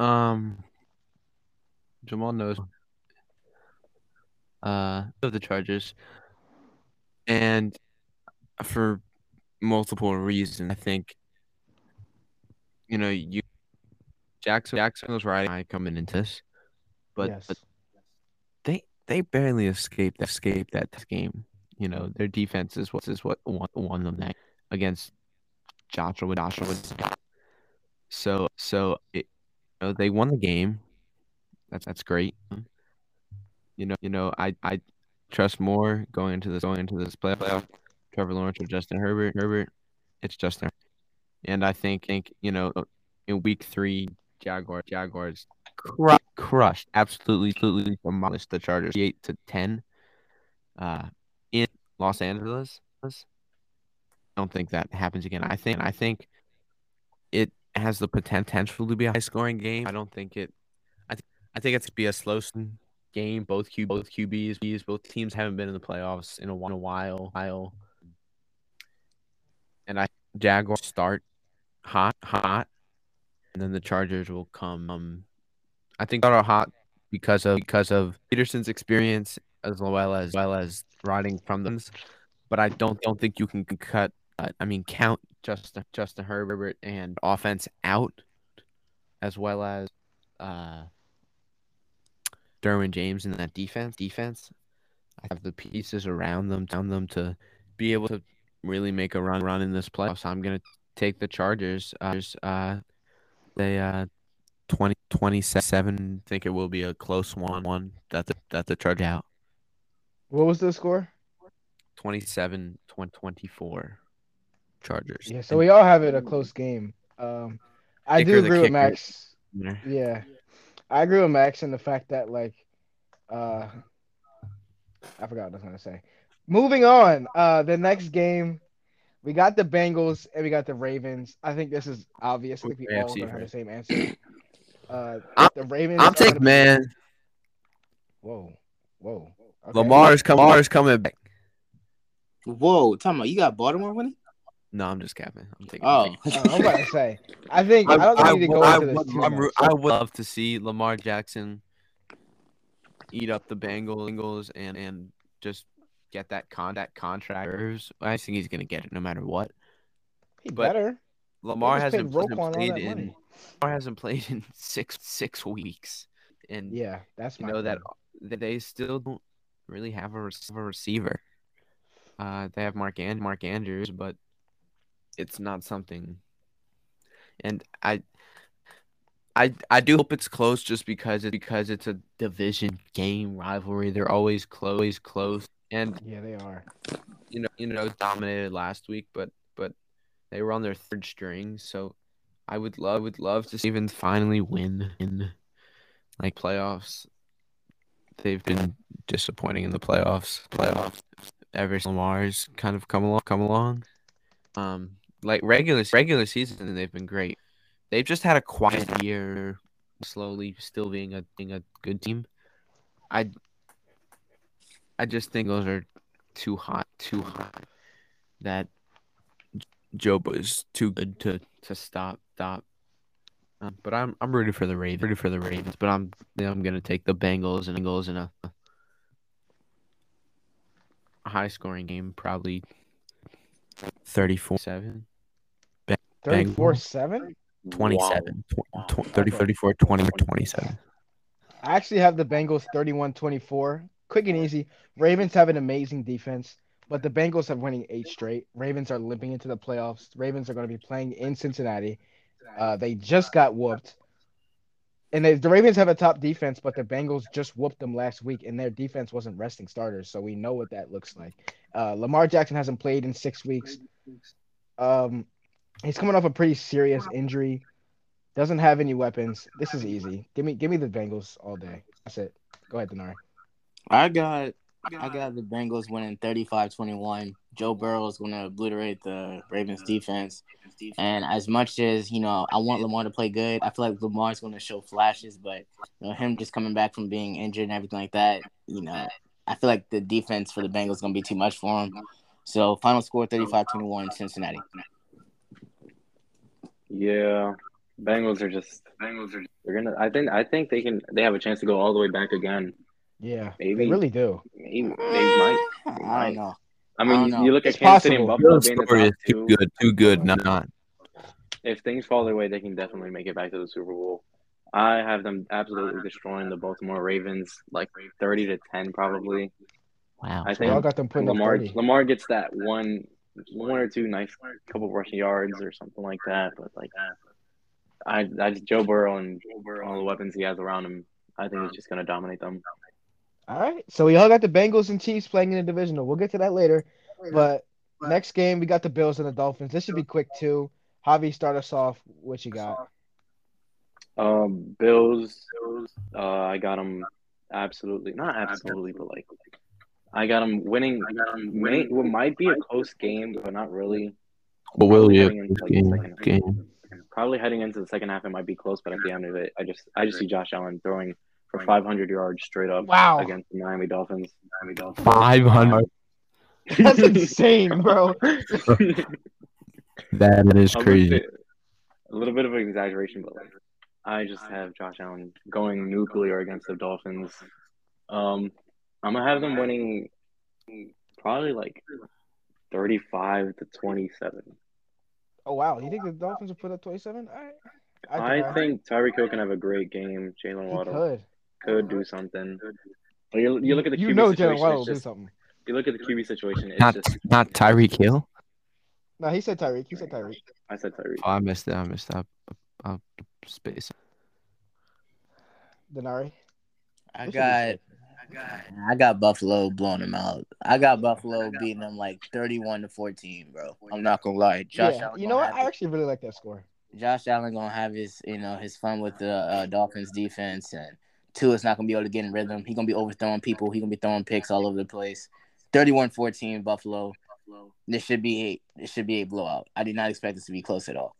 Speaker 4: Um, Jamal knows. Uh, of the Chargers, and for multiple reasons, I think. You know, you Jackson Jacksonville's riding high coming into this, but
Speaker 3: yes.
Speaker 4: but they they barely escaped escaped that game. You know, their defense is what is what won, won them that against Joshua Joshua. So so it, you know, they won the game. That's that's great. You know you know I I trust more going into this going into this playoff. Trevor Lawrence or Justin Herbert Herbert, it's Justin. And I think think you know in week three Jaguar Jaguars cru- crushed, absolutely, absolutely demolished the Chargers, eight to ten, uh, in Los Angeles. I don't think that happens again. I think I think it has the poten- potential to be a high-scoring game. I don't think it. I th- I think it's gonna be a slow s- game. Both Q both QBs, Bs, both teams haven't been in the playoffs in a, whi- in a while. While, and I Jaguars start hot, hot, and then the Chargers will come. Um, I think start out hot, because of because of Peterson's experience as well as well as riding from them. But I don't don't think you can cut. Uh, I mean, count Justin Justin Herbert and offense out, as well as uh, Derwin James in that defense. Defense, I have the pieces around them down them to be able to really make a run run in this playoffs. I'm gonna take the Chargers. Uh, there's, uh they uh 20, 27 think it will be a close one one that the that the charge out
Speaker 3: What was the score?
Speaker 4: 27 20, 24 chargers
Speaker 3: Yeah, so we all have it a close game. Um, I
Speaker 4: Kicker,
Speaker 3: do
Speaker 4: the
Speaker 3: agree with
Speaker 4: kicker.
Speaker 3: Max.
Speaker 4: And-
Speaker 3: Yeah, I agree with Max in the fact that like, uh, I forgot what I was gonna say. Moving on, uh, the next game, we got the Bengals and we got the Ravens. I think this is obvious. I think we all
Speaker 4: AFC
Speaker 3: gonna have the same answer. Uh,
Speaker 4: I'm-
Speaker 3: the Ravens.
Speaker 4: i'm
Speaker 3: are gonna
Speaker 4: taking
Speaker 3: be-
Speaker 4: man
Speaker 3: Whoa, whoa. Okay.
Speaker 4: lamar's coming lamar's coming back
Speaker 5: Whoa, talking about you got Baltimore winning?
Speaker 4: no i'm just capping i'm taking
Speaker 5: Oh,
Speaker 4: [laughs]
Speaker 3: Uh, I'm about to say. I think I,
Speaker 4: I'm-
Speaker 3: don't think we need to go
Speaker 4: I
Speaker 3: into this
Speaker 4: would-
Speaker 3: too
Speaker 4: I'm
Speaker 3: much.
Speaker 4: ru- I would love to see Lamar Jackson eat up the Bengals and and just get that con that contract. I just think he's gonna get it no matter what.
Speaker 3: He
Speaker 4: but-
Speaker 3: better.
Speaker 4: Lamar
Speaker 3: just paid
Speaker 4: hasn't, hasn't
Speaker 3: Roquan all
Speaker 4: played
Speaker 3: that
Speaker 4: in
Speaker 3: money.
Speaker 4: Lamar hasn't played in [laughs] six six weeks, and
Speaker 3: Yeah, that's
Speaker 4: you
Speaker 3: my
Speaker 4: know that
Speaker 3: thing.
Speaker 4: that they still don't really have a, rec- have a receiver. Uh, they have Mark and Mark Andrews, but it's not something. And I, I, I do hope it's close, just because it because it's a division game rivalry. They're always close, always close, and
Speaker 3: Yeah, they are.
Speaker 4: you know you know dominated last week, but but they were on their third string, so I would love would love to see even finally win in like playoffs. They've been disappointing in the playoffs. Playoffs ever since Lamar's kind of come along come along. Um like regular regular season they've been great. They've just had a quiet year slowly still being a being a good team. I I just think those are too hot, too hot. That Joe is too good to to stop, stop. Um, but I'm I'm rooting for the Ravens, rooting for the Ravens. But I'm I'm gonna take the Bengals and Bengals in a, a high scoring game, probably 34-7,
Speaker 3: 34 7?
Speaker 4: 27, tw- tw- 30, 34, 20, 27.
Speaker 3: I actually have the Bengals 31 24. Quick and easy. Ravens have an amazing defense, but the Bengals are winning eight straight. Ravens are limping into the playoffs. Ravens are going to be playing in Cincinnati. Uh, they just got whooped. And they, the Ravens have a top defense, but the Bengals just whooped them last week, and their defense wasn't resting starters. So we know what that looks like. Uh, Lamar Jackson hasn't played in six weeks. Um, he's coming off a pretty serious injury. Doesn't have any weapons. This is easy. Give me, give me the Bengals all day. That's it. Go ahead, Denari.
Speaker 5: I got I got the Bengals winning 35-21. Joe Burrow is going to obliterate the Ravens defense. And as much as, you know, I want Lamar to play good, I feel like Lamar's going to show flashes, but you know, him just coming back from being injured and everything like that, you know, I feel like the defense for the Bengals is going to be too much for him. So, final score 35-21 Cincinnati.
Speaker 1: Yeah, Bengals are just Bengals are. They're gonna. I think. I think they can. They have a chance to go all the way back again.
Speaker 3: Yeah,
Speaker 1: Maybe.
Speaker 3: they really do.
Speaker 1: Maybe they might.
Speaker 5: I don't know.
Speaker 1: I
Speaker 5: I don't
Speaker 1: mean,
Speaker 5: know.
Speaker 1: you look at
Speaker 3: It's
Speaker 1: Kansas City and
Speaker 3: possible.
Speaker 1: Buffalo being the top two.
Speaker 4: good, too good, not not.
Speaker 1: If things fall their way, they can definitely make it back to the Super Bowl. I have them absolutely destroying the Baltimore Ravens, like thirty to ten, probably.
Speaker 4: Wow.
Speaker 1: I
Speaker 3: They all
Speaker 1: think
Speaker 3: got them putting up
Speaker 1: Lamar
Speaker 3: 30.
Speaker 1: Lamar gets that one one or two nice couple rushing yards or something like that. But like I I just Joe Burrow and all the weapons he has around him, I think he's just gonna dominate them.
Speaker 3: All right. So we all got the Bengals and Chiefs playing in the divisional. We'll get to that later. But next game, we got the Bills and the Dolphins. This should be quick, too. Javi, start us off. What
Speaker 5: [laughs]
Speaker 3: you got?
Speaker 1: Um Bills uh I got him absolutely not absolutely but like I got him winning may, what might be a close game, but not really.
Speaker 4: But will you?
Speaker 1: Heading into, like, the
Speaker 4: Game,
Speaker 1: second half.
Speaker 4: game.
Speaker 1: Probably heading into the second half, it might be close, but at the end of it, I just I just see Josh Allen throwing for 500 yards straight up
Speaker 3: Wow.
Speaker 1: against the Miami Dolphins. Miami Dolphins.
Speaker 4: 500.
Speaker 1: [laughs]
Speaker 3: That's insane, bro.
Speaker 4: That is
Speaker 1: A little bit- a little bit of an exaggeration, but like I just have Josh Allen going nuclear against the Dolphins. Um, I'm gonna have them winning probably like 35 to 27.
Speaker 3: Oh wow, you think the Dolphins will put up twenty seven? All right.
Speaker 1: I think Tyreek Hill can have a great game. Jalen
Speaker 3: he
Speaker 1: Waddle
Speaker 3: could.
Speaker 1: could do something. But you, you look at the
Speaker 3: you
Speaker 1: QB
Speaker 3: know Jalen
Speaker 1: situation.
Speaker 3: Waddle will
Speaker 1: it's
Speaker 3: do
Speaker 1: just-
Speaker 3: something.
Speaker 1: you look at the QB situation. It's
Speaker 4: Not
Speaker 1: just
Speaker 4: not Tyreek Hill.
Speaker 3: No, he said Tyreek. He said Tyreek.
Speaker 1: I said Tyreek.
Speaker 4: Oh, I missed it. I missed that. I, I, space.
Speaker 3: Denari.
Speaker 5: I
Speaker 3: What's
Speaker 5: got
Speaker 3: your
Speaker 5: I got Buffalo blowing them out. I got Buffalo beating them like thirty-one to fourteen, bro. I'm not gonna lie. Josh,
Speaker 3: yeah.
Speaker 5: Allen
Speaker 3: You know
Speaker 5: gonna
Speaker 3: what? I
Speaker 5: have
Speaker 3: actually really like that score.
Speaker 5: his- Josh Allen gonna have his, you know, his fun with the uh, Dolphins defense, and two is not gonna be able to get in rhythm. He gonna be overthrowing people. He gonna be throwing picks all over the place. 31-14 Buffalo. This should be a this should be a blowout. I did not expect this to be close at all.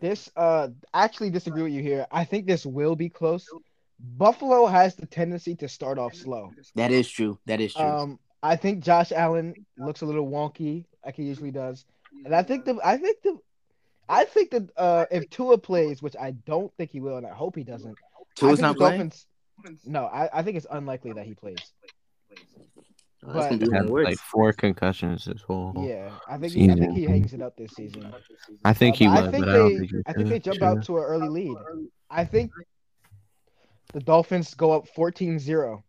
Speaker 3: This uh I actually disagree with you here. I think this will be close. Buffalo has the tendency to start off slow.
Speaker 5: That is true. That is true.
Speaker 3: Um I think Josh Allen looks a little wonky like he usually does. And I think the I think the I think that uh if Tua plays, which I don't think he will and I hope he doesn't. I
Speaker 5: Tua's
Speaker 3: think
Speaker 5: not
Speaker 3: the
Speaker 5: playing.
Speaker 3: Dolphins- No, I, I think it's unlikely that he plays.
Speaker 5: Oh, that's gonna
Speaker 3: but-
Speaker 5: be
Speaker 4: Had
Speaker 5: even worse.
Speaker 4: like four concussions this whole.
Speaker 5: Oh.
Speaker 3: Yeah, I think he, I think he hangs it up this season.
Speaker 4: I think
Speaker 3: Uh,
Speaker 4: he
Speaker 3: but
Speaker 4: was,
Speaker 3: I think
Speaker 4: but I
Speaker 3: they,
Speaker 4: don't think he
Speaker 3: I think they
Speaker 4: was.
Speaker 3: jump
Speaker 4: Yeah.
Speaker 3: out to an early lead. I think the Dolphins go up 14-0.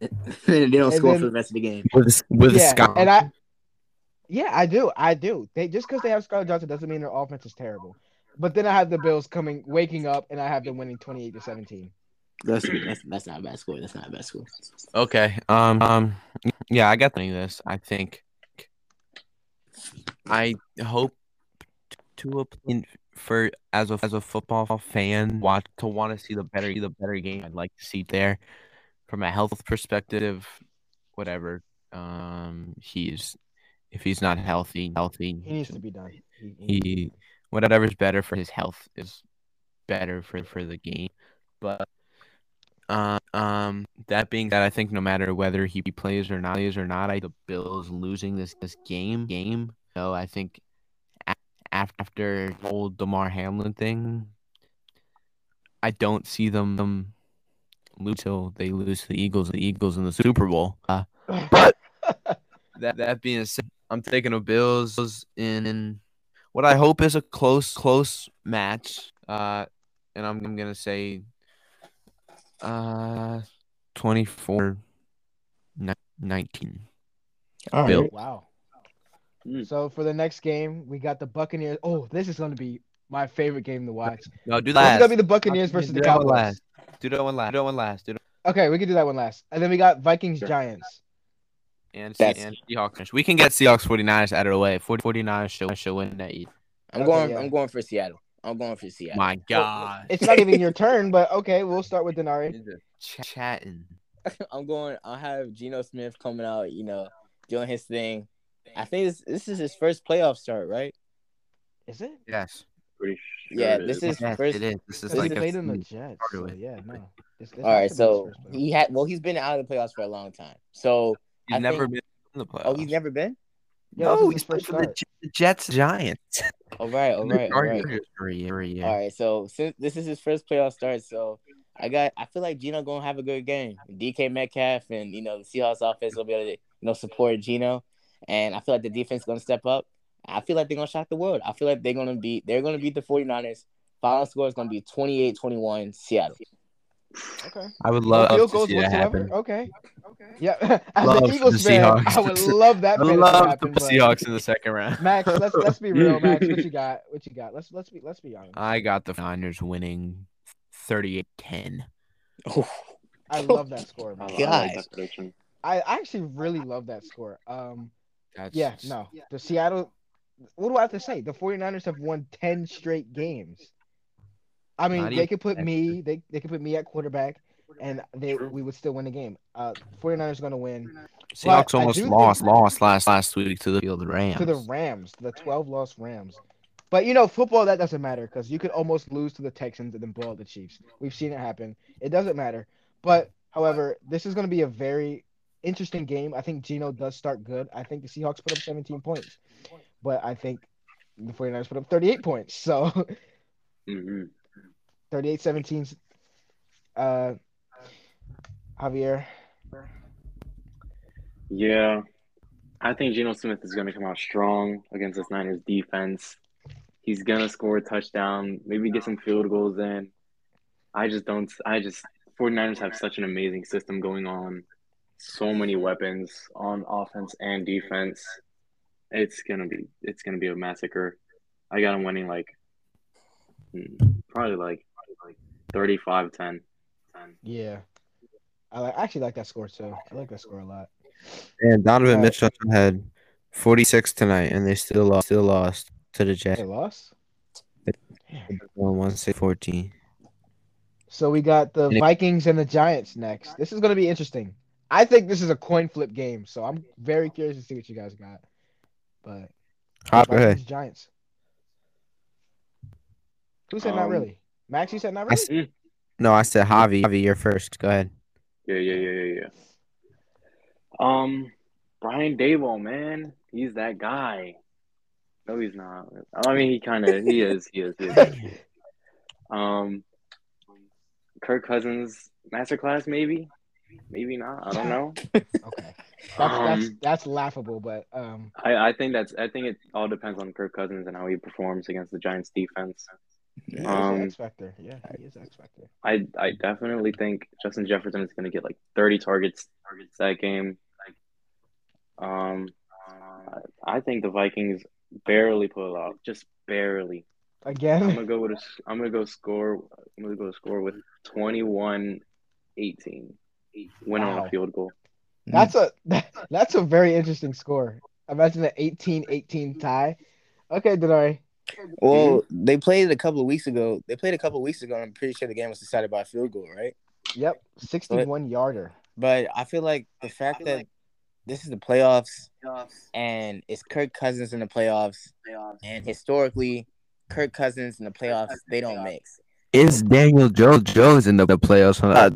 Speaker 5: [laughs] they don't
Speaker 3: And
Speaker 5: score
Speaker 3: then-
Speaker 5: for the rest of the game.
Speaker 4: with a- with a
Speaker 3: yeah,
Speaker 4: sky.
Speaker 3: and I, yeah, I do, I do. They just because they have Scarlett Johnson doesn't mean their offense is terrible. But then I have the Bills coming, waking up, and I have them winning 28 to 17.
Speaker 5: That's, that's that's not a bad score. That's not a bad score.
Speaker 4: Okay. Um. Um. Yeah, I got the this. I think. I hope to in for as a as a football fan watch to want to see the better the better game. I'd like to see there from a health perspective, whatever. Um. He's if he's not healthy, healthy.
Speaker 3: He needs to be done. He, he-
Speaker 4: he whatever's better for his health is better for for the game. But uh, um, that being said, I think no matter whether he plays or not, is or not, I the Bills losing this this game game. So I think a- af- after the whole Demar Hamlin thing, I don't see them them lose till they lose to the Eagles, the Eagles in the Super Bowl. Uh, but that that being said, I'm taking the Bills in, in what I hope is a close close match. Uh, and I'm I'm gonna say, uh, 24, ni- 19.
Speaker 5: All
Speaker 4: Bill.
Speaker 3: [laughs] Wow.
Speaker 1: Mm.
Speaker 3: So for the next game, we got the Buccaneers. Oh, this is going to be my favorite game to watch.
Speaker 4: No, do
Speaker 3: This is
Speaker 4: that.
Speaker 3: going to be the E Buccaneers versus
Speaker 4: do
Speaker 3: the
Speaker 4: that one
Speaker 3: Cowboys.
Speaker 4: last. Do that one last. Do that one last. Do that
Speaker 3: Okay, we can do that one last. And then we got Vikings
Speaker 1: Sure.
Speaker 3: Giants.
Speaker 4: and, Se-
Speaker 5: That's-
Speaker 4: and Seahawks. We can get Seahawks 49ers out of the way. 40, 49ers should, should win that. year.
Speaker 5: I'm
Speaker 3: Okay,
Speaker 5: going.
Speaker 3: yeah.
Speaker 5: I'm going for Seattle. I'm going for Seattle.
Speaker 4: My God.
Speaker 3: It's not even your turn, but okay, we'll start with Denari.
Speaker 4: Ch- chatting.
Speaker 5: I'm going. I'll have Geno Smith coming out. You know, doing his thing. I think this this is his first playoff start, right?
Speaker 3: [laughs] Is it?
Speaker 4: Yes.
Speaker 1: Pretty sure
Speaker 5: Yeah,
Speaker 1: it
Speaker 5: this is
Speaker 4: Yes,
Speaker 5: first.
Speaker 4: it is. This is
Speaker 5: this
Speaker 4: like
Speaker 3: They
Speaker 5: is
Speaker 3: played
Speaker 4: a,
Speaker 3: in the Jets.
Speaker 4: Hard to
Speaker 3: So
Speaker 4: win.
Speaker 3: yeah, no. This, this
Speaker 5: All
Speaker 3: has
Speaker 5: right,
Speaker 3: to be
Speaker 5: so
Speaker 3: his first playoff.
Speaker 5: he had. Well, he's been out of the playoffs for a long time. So
Speaker 4: he's
Speaker 5: I
Speaker 4: never
Speaker 5: think-
Speaker 4: been in the playoffs.
Speaker 5: oh, he's never been.
Speaker 3: Yeah, this
Speaker 4: no,
Speaker 3: is
Speaker 4: he's
Speaker 3: his first
Speaker 4: first for the,
Speaker 3: start.
Speaker 4: J- the Jets Giants. [laughs]
Speaker 5: All right,
Speaker 4: Oh,
Speaker 5: all right, all right. All
Speaker 4: right.
Speaker 5: right, so since this is his first playoff start, so I got I feel like Gino gonna have a good game. DK Metcalf and you know the Seahawks offense will be able to you know support Gino, and I feel like the defense gonna step up. I feel like they're gonna shock the world. I feel like they're gonna beat they're gonna beat the 49ers. Final score is gonna be 28-21 Seattle.
Speaker 3: Okay.
Speaker 4: I would
Speaker 3: No
Speaker 4: love,
Speaker 3: field
Speaker 4: to
Speaker 3: goals
Speaker 4: see that
Speaker 3: whatsoever.
Speaker 4: happen.
Speaker 3: Okay. Okay. Yeah. [laughs] As
Speaker 4: Love
Speaker 3: an
Speaker 4: for
Speaker 3: Eagles
Speaker 4: the
Speaker 3: fan,
Speaker 4: Seahawks.
Speaker 3: I would love
Speaker 4: [laughs] I
Speaker 3: that fantasy to
Speaker 4: love the
Speaker 3: happen, but-
Speaker 4: Seahawks in the second round.
Speaker 3: Max, let's let's be real, Max. What you got? What you got? Let's let's be let's be honest.
Speaker 4: I got the Niners winning 38-10.
Speaker 3: I love that score,
Speaker 1: I
Speaker 3: man.
Speaker 1: like that
Speaker 5: Guys.
Speaker 1: prediction.
Speaker 3: I I actually really love that score. Um
Speaker 4: That's
Speaker 3: Yeah, no. The Seattle what do I have to say? The 49ers have won 10 straight games. I mean,
Speaker 4: Not
Speaker 3: they
Speaker 4: even
Speaker 3: could put
Speaker 4: that
Speaker 3: me, they they could put me at quarterback and they
Speaker 1: True.
Speaker 3: we would still win the game. Uh 49ers going to win
Speaker 4: Seahawks
Speaker 3: I
Speaker 4: almost
Speaker 3: do think-
Speaker 4: lost, lost last last week to the field Rams.
Speaker 3: to the Rams, the 12 loss Rams. But you know, football that doesn't matter cuz you could almost lose to the Texans and then blow out the Chiefs. We've seen it happen. It doesn't matter. But however, this is going to be a very interesting game. I think Geno does start good. I think the Seahawks put up 17 points. [laughs] But I think the 49ers put up 38 points. So
Speaker 1: Mhm.
Speaker 3: 38 17. Uh, Javier.
Speaker 1: Yeah. I think Geno Smith is going to come out strong against this Niners defense. He's going to score a touchdown, maybe get some field goals in. I just don't I just 49ers have such an amazing system going on. So many weapons on offense and defense. It's going to be it's going to be a massacre. I got him winning like hmm, probably like like 35 10. 10.
Speaker 3: Yeah. I like, I actually like that score too. I like that score a lot.
Speaker 4: And Donovan
Speaker 3: Alright.
Speaker 4: Mitchell had 46 tonight, and they still lost, still lost to the
Speaker 3: They
Speaker 4: Jets.
Speaker 3: lost.
Speaker 4: One six fourteen.
Speaker 3: So we got the
Speaker 4: And if-
Speaker 3: Vikings and the Giants next. This is going to be interesting. I think this is a coin flip game, so I'm very curious to see what you guys got. But
Speaker 4: Hop ahead.
Speaker 3: Vikings, Giants. Who said not
Speaker 1: Um,
Speaker 3: really? Max, you said not
Speaker 4: I
Speaker 3: really.
Speaker 4: s- No, I said Javi. Javi, you're first. Go ahead.
Speaker 1: Yeah, yeah, yeah, yeah, yeah. Um, Brian Dable, man, he's that guy. No, he's not. I mean, he kind of he is. He is. He is. Um, Kirk Cousins masterclass, maybe, maybe not. I don't know.
Speaker 3: Okay, that's that's
Speaker 1: Um,
Speaker 3: that's laughable, but um,
Speaker 1: I I think that's I think it all depends on Kirk Cousins and how he performs against the Giants defense.
Speaker 3: he's
Speaker 5: Yeah.
Speaker 1: Um,
Speaker 3: an X factor. Yeah, he is an X factor.
Speaker 1: I I definitely think Justin Jefferson is going to get like 30 targets targets that game. Like, um, I think the Vikings barely pull off, just barely. I'm
Speaker 3: Again,
Speaker 1: gonna go with a, I'm gonna go score. I'm gonna go score with 21-18. Win on
Speaker 3: Wow.
Speaker 1: a field goal.
Speaker 3: [laughs] that's a [laughs] that's a very interesting score. Imagine an 18-18 tie. Okay, Denari.
Speaker 5: Well, they played a couple of weeks ago. They played a couple of weeks ago, and I'm pretty sure the game was decided by a field goal, right?
Speaker 3: Yep, sixty-one yarder.
Speaker 5: But I feel like the fact that this is the playoffs, and it's Kirk Cousins in the playoffs, and historically, Kirk Cousins in the playoffs they don't mix. [laughs]
Speaker 4: Is Daniel Joe Joe's in the playoffs? Uh,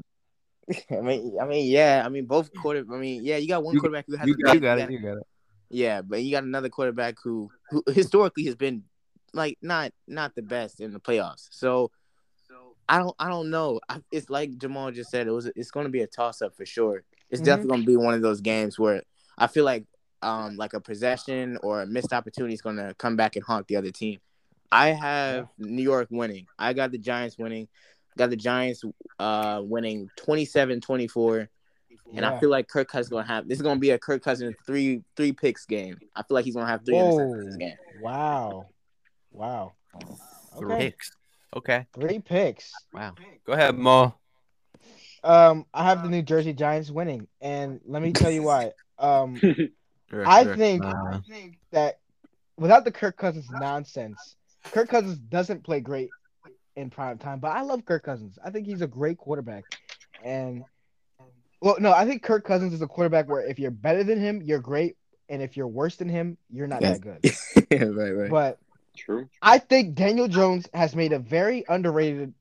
Speaker 5: I mean, I mean, yeah, I mean both quarter. I mean, yeah, you got one
Speaker 4: You-
Speaker 5: quarterback who has
Speaker 4: you,
Speaker 5: a
Speaker 4: got,
Speaker 5: big-
Speaker 4: you got it. You got it.
Speaker 5: Yeah, but you got another quarterback who, who historically has been like not not the best in the playoffs. So I don't I don't know. I, it's like Jamal just said. It was it's going to be a toss up for sure. It's
Speaker 3: Mhm.
Speaker 5: definitely going to be one of those games where I feel like um like a possession or a missed opportunity is going to come back and haunt the other team. I have New York winning. I got the Giants winning. Got the Giants uh winning 27-24. And I
Speaker 3: Yeah.
Speaker 5: feel like Kirk Cousins gonna have this is gonna be a Kirk Cousins three three picks game. I feel like he's gonna have three
Speaker 3: Whoa.
Speaker 5: interceptions this game.
Speaker 3: Wow, wow.
Speaker 4: Three
Speaker 3: Okay,
Speaker 4: picks. Okay.
Speaker 3: three picks.
Speaker 4: Wow. Go ahead, Mo.
Speaker 3: Um, I have the New Jersey Giants winning, and let me tell you why.
Speaker 4: [laughs]
Speaker 3: Um, I think-
Speaker 4: Uh,
Speaker 3: that without the Kirk Cousins nonsense, Kirk Cousins doesn't play great in prime time. But I love Kirk Cousins. I think he's a great quarterback. And well, no, I think Kirk Cousins is a quarterback where if you're better than him, you're great, and if you're worse than him, you're not that
Speaker 4: [laughs]
Speaker 3: good.
Speaker 5: yeah, [laughs] right, right.
Speaker 3: But
Speaker 1: True.
Speaker 3: I think Daniel Jones has made a very underrated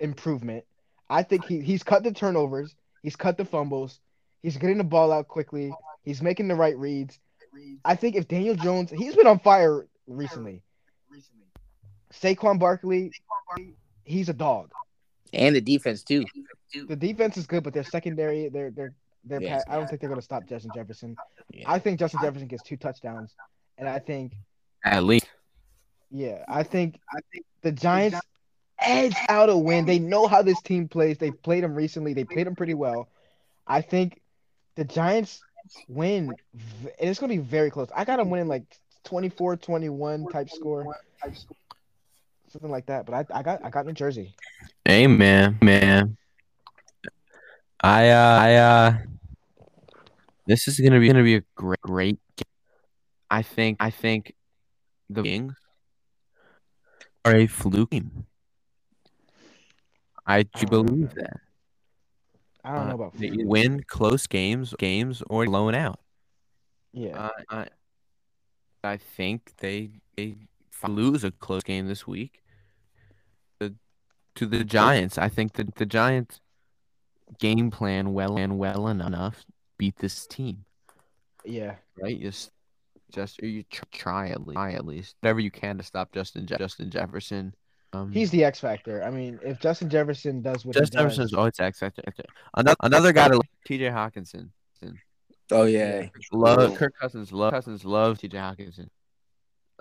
Speaker 3: improvement. I think he, he's cut the turnovers, he's cut the fumbles, he's getting the ball out quickly, he's making the right reads. I think if Daniel Jones, he's been on fire recently. Saquon Barkley, he's a dog.
Speaker 5: and the defense too.
Speaker 3: The defense is good, but their secondary, they're they're they're.
Speaker 5: Yes.
Speaker 3: pa- I don't think they're going to stop Justin Jefferson.
Speaker 5: Yeah.
Speaker 3: I think Justin Jefferson gets two touchdowns, and I think
Speaker 4: at least.
Speaker 3: Yeah, I think I think the Giants edge out a win. They know how this team plays. They played them recently. They played them pretty well. I think the Giants win. v- And it's going to be very close. I got them winning like 24-21 type score. Something like that. But I, I got I got New Jersey.
Speaker 4: Hey, man, man. I, uh, I, uh, this is gonna be gonna be a great, great. Game. I think, I think, the Kings are a fluke team. I do believe that.
Speaker 3: Oh. I don't
Speaker 4: Uh,
Speaker 3: know about
Speaker 4: They
Speaker 3: Philly.
Speaker 4: win close games, games or blown out.
Speaker 3: Yeah.
Speaker 4: I, Uh, I, I think they they f- lose a close game this week. The, to the Giants, I think that the Giants game plan well and well enough beat this team,
Speaker 3: yeah.
Speaker 4: right? Just just or you tr- try at least, try at least whatever you can to stop Justin Je- Justin Jefferson. Um,
Speaker 3: He's the X factor. I mean, if Justin Jefferson does what
Speaker 4: just
Speaker 3: he does,
Speaker 4: Jefferson's always X factor. Another another guy to like, T.J. Hawkinson.
Speaker 5: Oh yeah.
Speaker 4: Love
Speaker 1: Ooh.
Speaker 4: Kirk Cousins. Love Cousins. Love T.J. Hawkinson.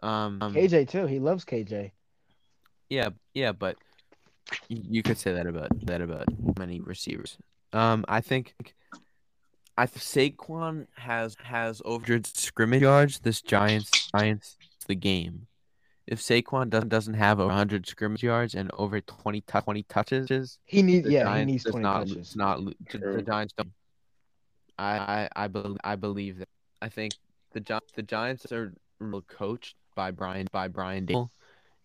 Speaker 4: Um, um,
Speaker 3: KJ too. He loves KJ.
Speaker 4: yeah, yeah, but you, you could say that about that about many receivers. Um, I think I th- Saquon has has over 100 scrimmage yards. This Giants Giants the game. If Saquon doesn't doesn't have over 100 scrimmage yards and over 20, tou- 20 touches,
Speaker 3: He needs
Speaker 4: the
Speaker 3: yeah.
Speaker 4: Giants
Speaker 3: he needs
Speaker 4: does
Speaker 3: twenty
Speaker 4: not, lo-
Speaker 3: touches.
Speaker 4: Not, lo- the- the
Speaker 1: True.
Speaker 4: Giants don't. I I I believe I believe that. I think the Gi- the Giants are real coached by Brian by Brian Dable.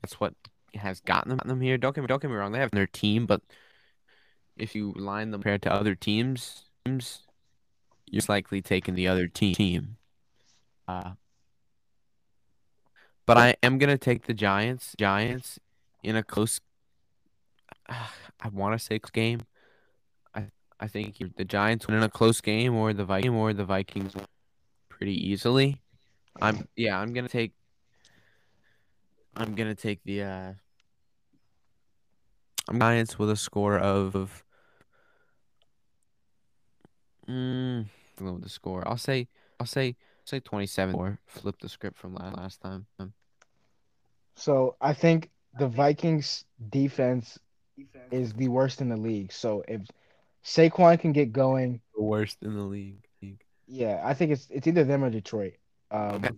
Speaker 4: That's what has gotten them, gotten them here. Don't get me don't get me wrong. They have their team, but if you line them compared to other teams, teams you're likely taking the other team. team. Uh, but I am gonna take the Giants. Giants in a close. [sighs] I want to say close game. I I think if the Giants win in a close game, or the Viking, or the Vikings, win pretty easily. I'm yeah. I'm gonna take. I'm gonna take the. Uh, I'm Giants with a score of. Mm, I don't know the score. I'll say. I'll say. Say twenty-seven. Or flip the script from la- last time.
Speaker 3: So I think the Vikings defense is the worst in the league. So if Saquon can get going,
Speaker 4: The worst in the league.
Speaker 3: yeah, I think it's it's either them or Detroit. Um,
Speaker 4: Okay.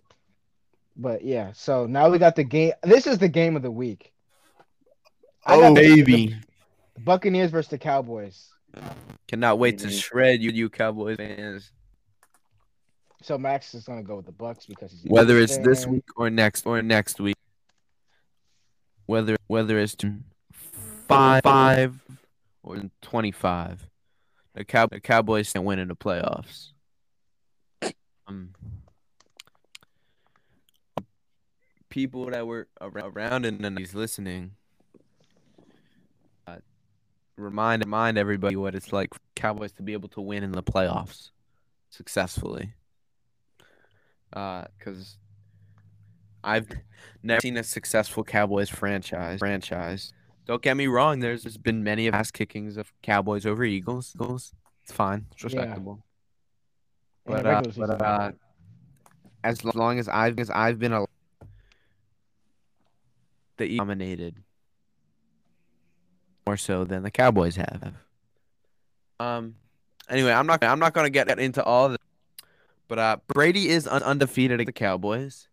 Speaker 3: But yeah, so now we got the game. This is the game of the week. I got
Speaker 4: Oh
Speaker 3: the-
Speaker 4: baby!
Speaker 3: the Buccaneers versus the Cowboys.
Speaker 4: Cannot wait to
Speaker 1: Mhm.
Speaker 4: shred you, you Cowboys fans.
Speaker 3: So Max is gonna go with the Bucks because he's a
Speaker 4: whether
Speaker 3: Bucks
Speaker 4: it's this
Speaker 3: fan.
Speaker 4: week or next or next week whether whether it's to five five or 25 the, Cow- the cowboys can win in the playoffs um people that were around, around and then he's listening uh, remind remind everybody what it's like for cowboys to be able to win in the playoffs successfully because I've never seen a successful Cowboys franchise. Franchise. Don't get me wrong. There's, there's been many ass kickings of Cowboys over Eagles. Eagles. It's fine. It's
Speaker 3: Yeah.
Speaker 4: respectable.
Speaker 3: In the
Speaker 4: But, uh,
Speaker 3: regular
Speaker 4: but,
Speaker 3: season.
Speaker 4: uh, as long as I've as I've been a the Eagles dominated more so than the Cowboys have. Um. Anyway, I'm not I'm not gonna get into all the but uh, Brady is un- undefeated against the Cowboys.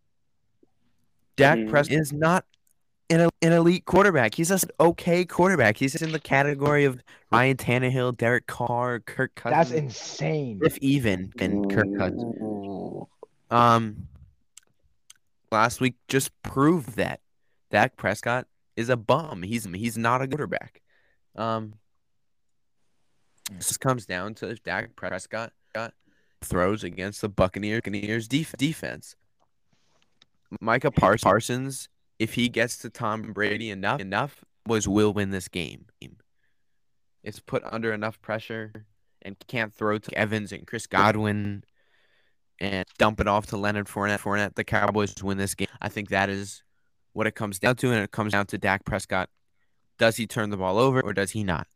Speaker 4: Dak
Speaker 3: Mm-hmm.
Speaker 1: Mhm.
Speaker 4: Prescott is not an, el- an elite quarterback. He's just an okay quarterback. He's in the category of Ryan Tannehill, Derek Carr, Kirk Cousins.
Speaker 3: that's insane.
Speaker 4: if even, and Kirk Cousins.
Speaker 1: Mm,
Speaker 4: Um, last week just proved that Dak Prescott is a bum. He's he's not a quarterback. Um, this comes down to if Dak Prescott got throws against the Buccaneer- Buccaneers def- defense. Micah Pars- Parsons, if he gets to Tom Brady enough, enough was will win this game. It's put under enough pressure and can't throw to Evans and Chris Godwin and dump it off to Leonard Fournette. Fournette, the Cowboys win this game. I think that is what it comes down to, and it comes down to Dak Prescott. Does he turn the ball over or does he not?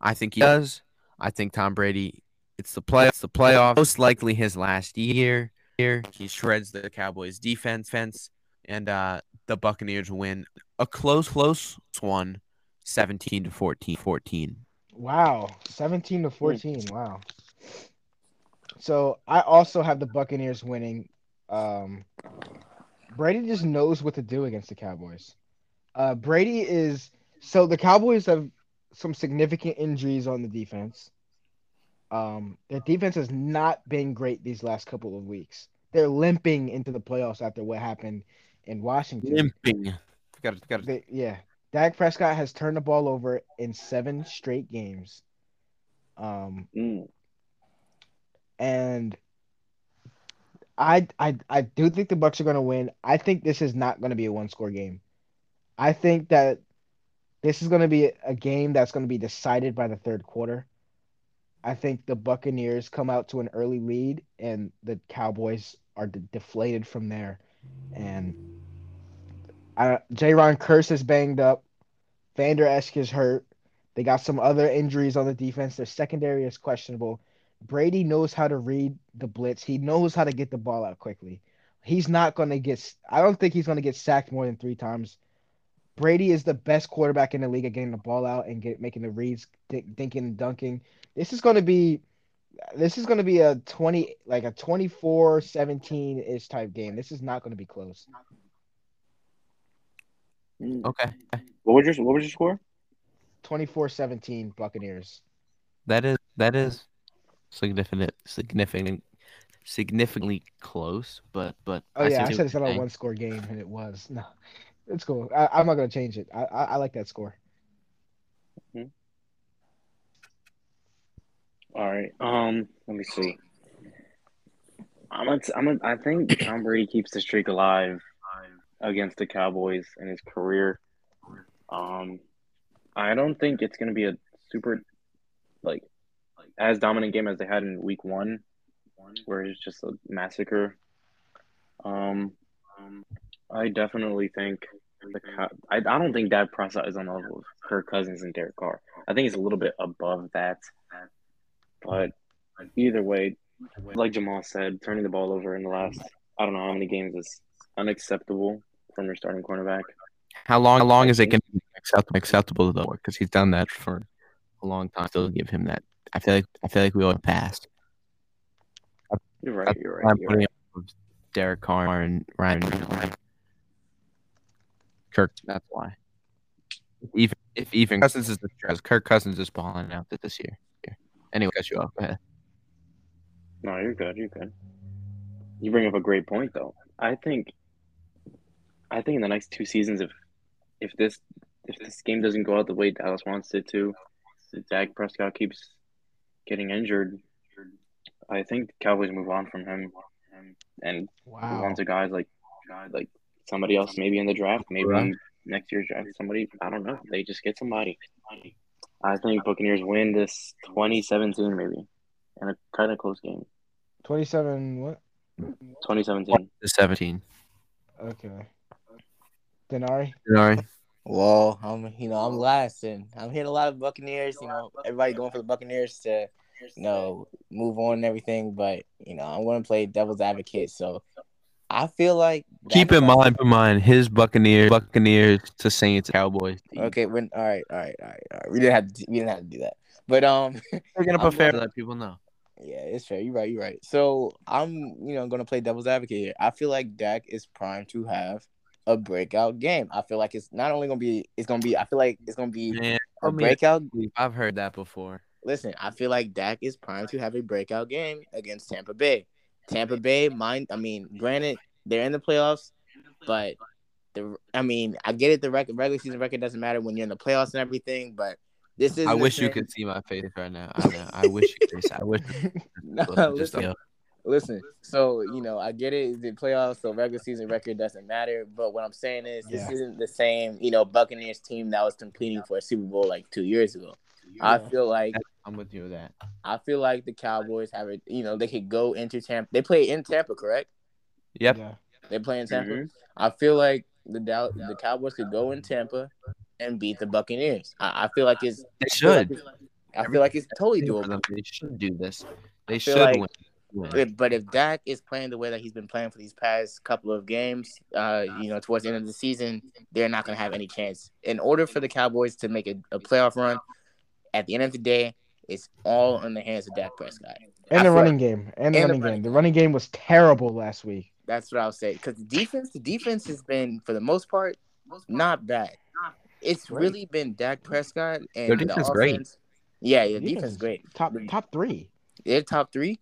Speaker 4: I think he does. I think Tom Brady. It's the play. It's the playoff. Most likely his last year. Here he shreds the Cowboys defense fence, and uh, the Buccaneers win a close, close one, 17 to 14. 14.
Speaker 3: Wow, seventeen to fourteen. Wow. So I also have the Buccaneers winning. Um, Brady just knows what to do against the Cowboys. Uh, Brady is so the Cowboys have some significant injuries on the defense. Um, their defense has not been great these last couple of weeks. They're limping into the playoffs after what happened in Washington.
Speaker 4: Limping. Got to, got to.
Speaker 3: They, yeah, Dak Prescott has turned the ball over in seven straight games. Um,
Speaker 1: Mm.
Speaker 3: and I, I, I do think the Bucks are going to win. I think this is not going to be a one-score game. I think that this is going to be a game that's going to be decided by the third quarter. I think the Buccaneers come out to an early lead, and the Cowboys are de- deflated from there, and Uh, J. Ron Curse is banged up. Vander Esch is hurt. They got some other injuries on the defense. Their secondary is questionable. Brady knows how to read the blitz. He knows how to get the ball out quickly. He's not going to get. I don't think he's going to get sacked more than three times. Brady is the best quarterback in the league at getting the ball out and get making the reads, di- dinking and dunking. This is going to be this is going to be a 20 like a 24-17 ish type game. This is not going to be close.
Speaker 1: Mm.
Speaker 4: Okay.
Speaker 1: What was your What was your score?
Speaker 3: 24-17 Buccaneers.
Speaker 4: That is that is significant significant significantly close, but but
Speaker 3: Oh yeah, I
Speaker 4: see
Speaker 3: said
Speaker 4: what
Speaker 3: it's
Speaker 4: you're
Speaker 3: not a
Speaker 4: saying.
Speaker 3: one score game and it was. [laughs] No. It's cool. I, I'm not going to change it. I, I I like that score.
Speaker 1: All right. Um, let me see. I'm a, I'm a, I think Tom Brady keeps the streak alive against the Cowboys in his career. Um, I don't think it's going to be a super like as dominant game as they had in Week One, where it's just a massacre. Um, I definitely think the Cow- I, I don't think that process is on the level of Kirk Cousins and Derek Carr. I think it's a little bit above that. But either way, like Jamal said, turning the ball over in the last I don't know how many games is unacceptable from your starting cornerback.
Speaker 4: How long? How long is it going to be accept, acceptable though? Because he's done that for a long time. Still give him that. I feel like I feel like we all passed.
Speaker 1: You're right. You're
Speaker 4: I'm
Speaker 1: right. You're
Speaker 4: putting
Speaker 1: right.
Speaker 4: up with Derek Carr and Ryan Kirk. That's why. Even if even Cousins is because Kirk Cousins is balling out this year. Here. Anyway, cut you off. Go ahead.
Speaker 1: No, you're good. You're good. You bring up a great point though. I think, I think in the next two seasons, if if this if this game doesn't go out the way Dallas wants it to, if Dak Prescott keeps getting injured, I think the Cowboys move on from him and move
Speaker 3: Wow.
Speaker 1: on to guys like like somebody else maybe in the draft, maybe
Speaker 4: Right.
Speaker 1: next year's draft, somebody I don't know. They just get somebody. I think Buccaneers win this 2017 maybe in a kind of close game.
Speaker 3: 27 what?
Speaker 1: 2017.
Speaker 4: The 17.
Speaker 3: Okay. Denari.
Speaker 4: Sorry.
Speaker 5: Well, I'm you know I'm last, and I'm hearing a lot of Buccaneers. You know, everybody going for the Buccaneers to you know move on and everything, but you know I'm going to play devil's advocate. So I feel like
Speaker 4: Keep in mind, keep in mind, his Buccaneers, Buccaneers to Saints, Cowboys.
Speaker 5: Okay, when all right, all right, all right, all right. We didn't have to, we didn't have to do that, but um, [laughs]
Speaker 4: Picking up
Speaker 5: I'm
Speaker 4: a fair.
Speaker 5: going-
Speaker 4: Let people know.
Speaker 5: Yeah, it's fair. You're right. You're right. So I'm, you know, gonna play devil's advocate here. I feel like Dak is primed to have a breakout game. I feel like it's not only gonna be, it's gonna be. I feel like it's gonna be
Speaker 4: Man,
Speaker 5: a
Speaker 3: Oh,
Speaker 4: I mean,
Speaker 5: breakout.
Speaker 4: I've heard that before.
Speaker 5: Listen, I feel like Dak is primed to have a breakout game against Tampa Bay. Tampa Bay, mind. I mean, granted, they're in the playoffs, but the. I mean, I get it. The record, regular season record doesn't matter when you're in the playoffs and everything, but. This is
Speaker 4: I wish you could see my face right now. I know.
Speaker 3: [laughs]
Speaker 4: I wish you could. I wish. just,
Speaker 5: listen, Listen, so you know, I get it. The playoffs, so regular season record doesn't matter. But what I'm saying is, this
Speaker 3: Yeah.
Speaker 5: isn't the same, you know, Buccaneers team that was competing for a Super Bowl like two years ago. I feel like
Speaker 4: I'm with you with that.
Speaker 5: I feel like the Cowboys have a, you know, they could go into Tampa. They play in Tampa, correct?
Speaker 3: [laughs]
Speaker 4: Yep.
Speaker 3: Yeah.
Speaker 5: They play in Tampa.
Speaker 4: Mm-hmm.
Speaker 1: Mhm.
Speaker 5: I feel like the Dow- the Cowboys could go in Tampa and beat the Buccaneers. I, I feel like it's
Speaker 4: They
Speaker 5: I feel like
Speaker 4: should.
Speaker 5: it's- I feel like it's totally doable.
Speaker 4: They should do this. They
Speaker 5: feel
Speaker 4: should
Speaker 5: like-
Speaker 4: win. win.
Speaker 5: But, but if Dak is playing the way that he's been playing for these past couple of games, uh, you know, towards the end of the season, they're not going to have any chance. In order for the Cowboys to make a, a playoff run, at the end of the day, it's all in the hands of Dak Prescott. I
Speaker 3: And the
Speaker 5: feel
Speaker 3: running game. And
Speaker 5: and
Speaker 3: the
Speaker 5: the
Speaker 3: running
Speaker 5: running
Speaker 3: game. The running game was terrible last week.
Speaker 5: That's what I'll say. Because the defense, the defense has been for the most part not bad. It's really been Dak Prescott and the
Speaker 4: defense
Speaker 5: offense.
Speaker 4: is great.
Speaker 5: Yeah, the
Speaker 3: Defense
Speaker 5: defense is
Speaker 3: is
Speaker 5: great.
Speaker 3: Top top 3.
Speaker 5: They're top three.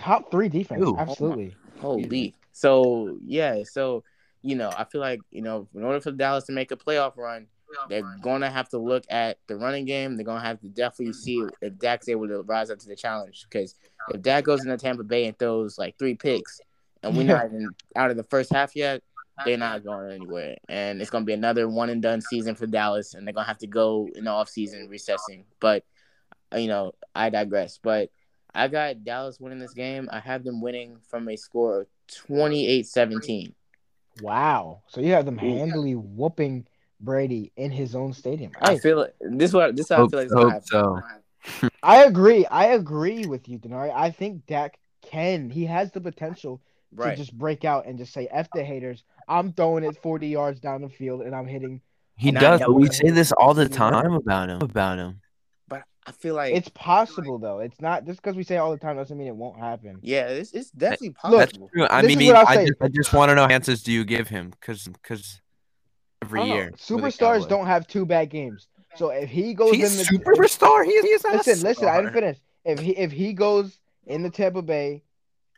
Speaker 3: Top 3 defense.
Speaker 4: Ooh.
Speaker 3: Absolutely.
Speaker 5: Holy. So yeah, so you know, I feel like you know, in order for Dallas to make a playoff run, they're gonna have to look at the running game. They're gonna have to definitely see if Dak's able to rise up to the challenge. Because if Dak goes into Tampa Bay and throws like three picks, and we're not even out of the first half yet, they're not going anywhere. And it's gonna be another one and done season for Dallas, and they're gonna have to go in the offseason recessing. But you know, I digress. But I got Dallas winning this game. I have them winning from a score of 28-17.
Speaker 3: Wow. So you have them handily whooping Brady in his own stadium.
Speaker 5: I
Speaker 3: I,
Speaker 5: feel like this. is What this? is how I
Speaker 4: Hope-
Speaker 5: feel like it's gonna
Speaker 4: hope
Speaker 5: happen.
Speaker 4: so.
Speaker 3: I agree. I agree with you, Denari. I think Dak can. He has the potential to
Speaker 5: Right.
Speaker 3: just break out and just say, F the haters. I'm throwing it 40 yards down the field and I'm hitting.
Speaker 4: He
Speaker 5: And I
Speaker 4: does.
Speaker 5: know
Speaker 4: But we
Speaker 5: that-
Speaker 4: say this all the
Speaker 5: you know?
Speaker 4: time about him. About him.
Speaker 5: But I feel like
Speaker 3: It's possible, though. It's not just because we say it all the time doesn't mean it won't happen.
Speaker 5: yeah, it's, it's definitely
Speaker 4: That's
Speaker 5: possible.
Speaker 4: true. I
Speaker 3: this is
Speaker 4: mean,
Speaker 3: what I'll
Speaker 4: I
Speaker 3: say.
Speaker 4: just, I just want to know how answers do you give him? Because every
Speaker 3: I don't know.
Speaker 4: year, with the
Speaker 3: Superstars
Speaker 4: Cowboys.
Speaker 3: don't have two bad games. So if he goes in the
Speaker 4: He's superstar. He is. He is not a
Speaker 3: listen, listen, I didn't
Speaker 4: star.
Speaker 3: finish. If he if he goes in the Tampa Bay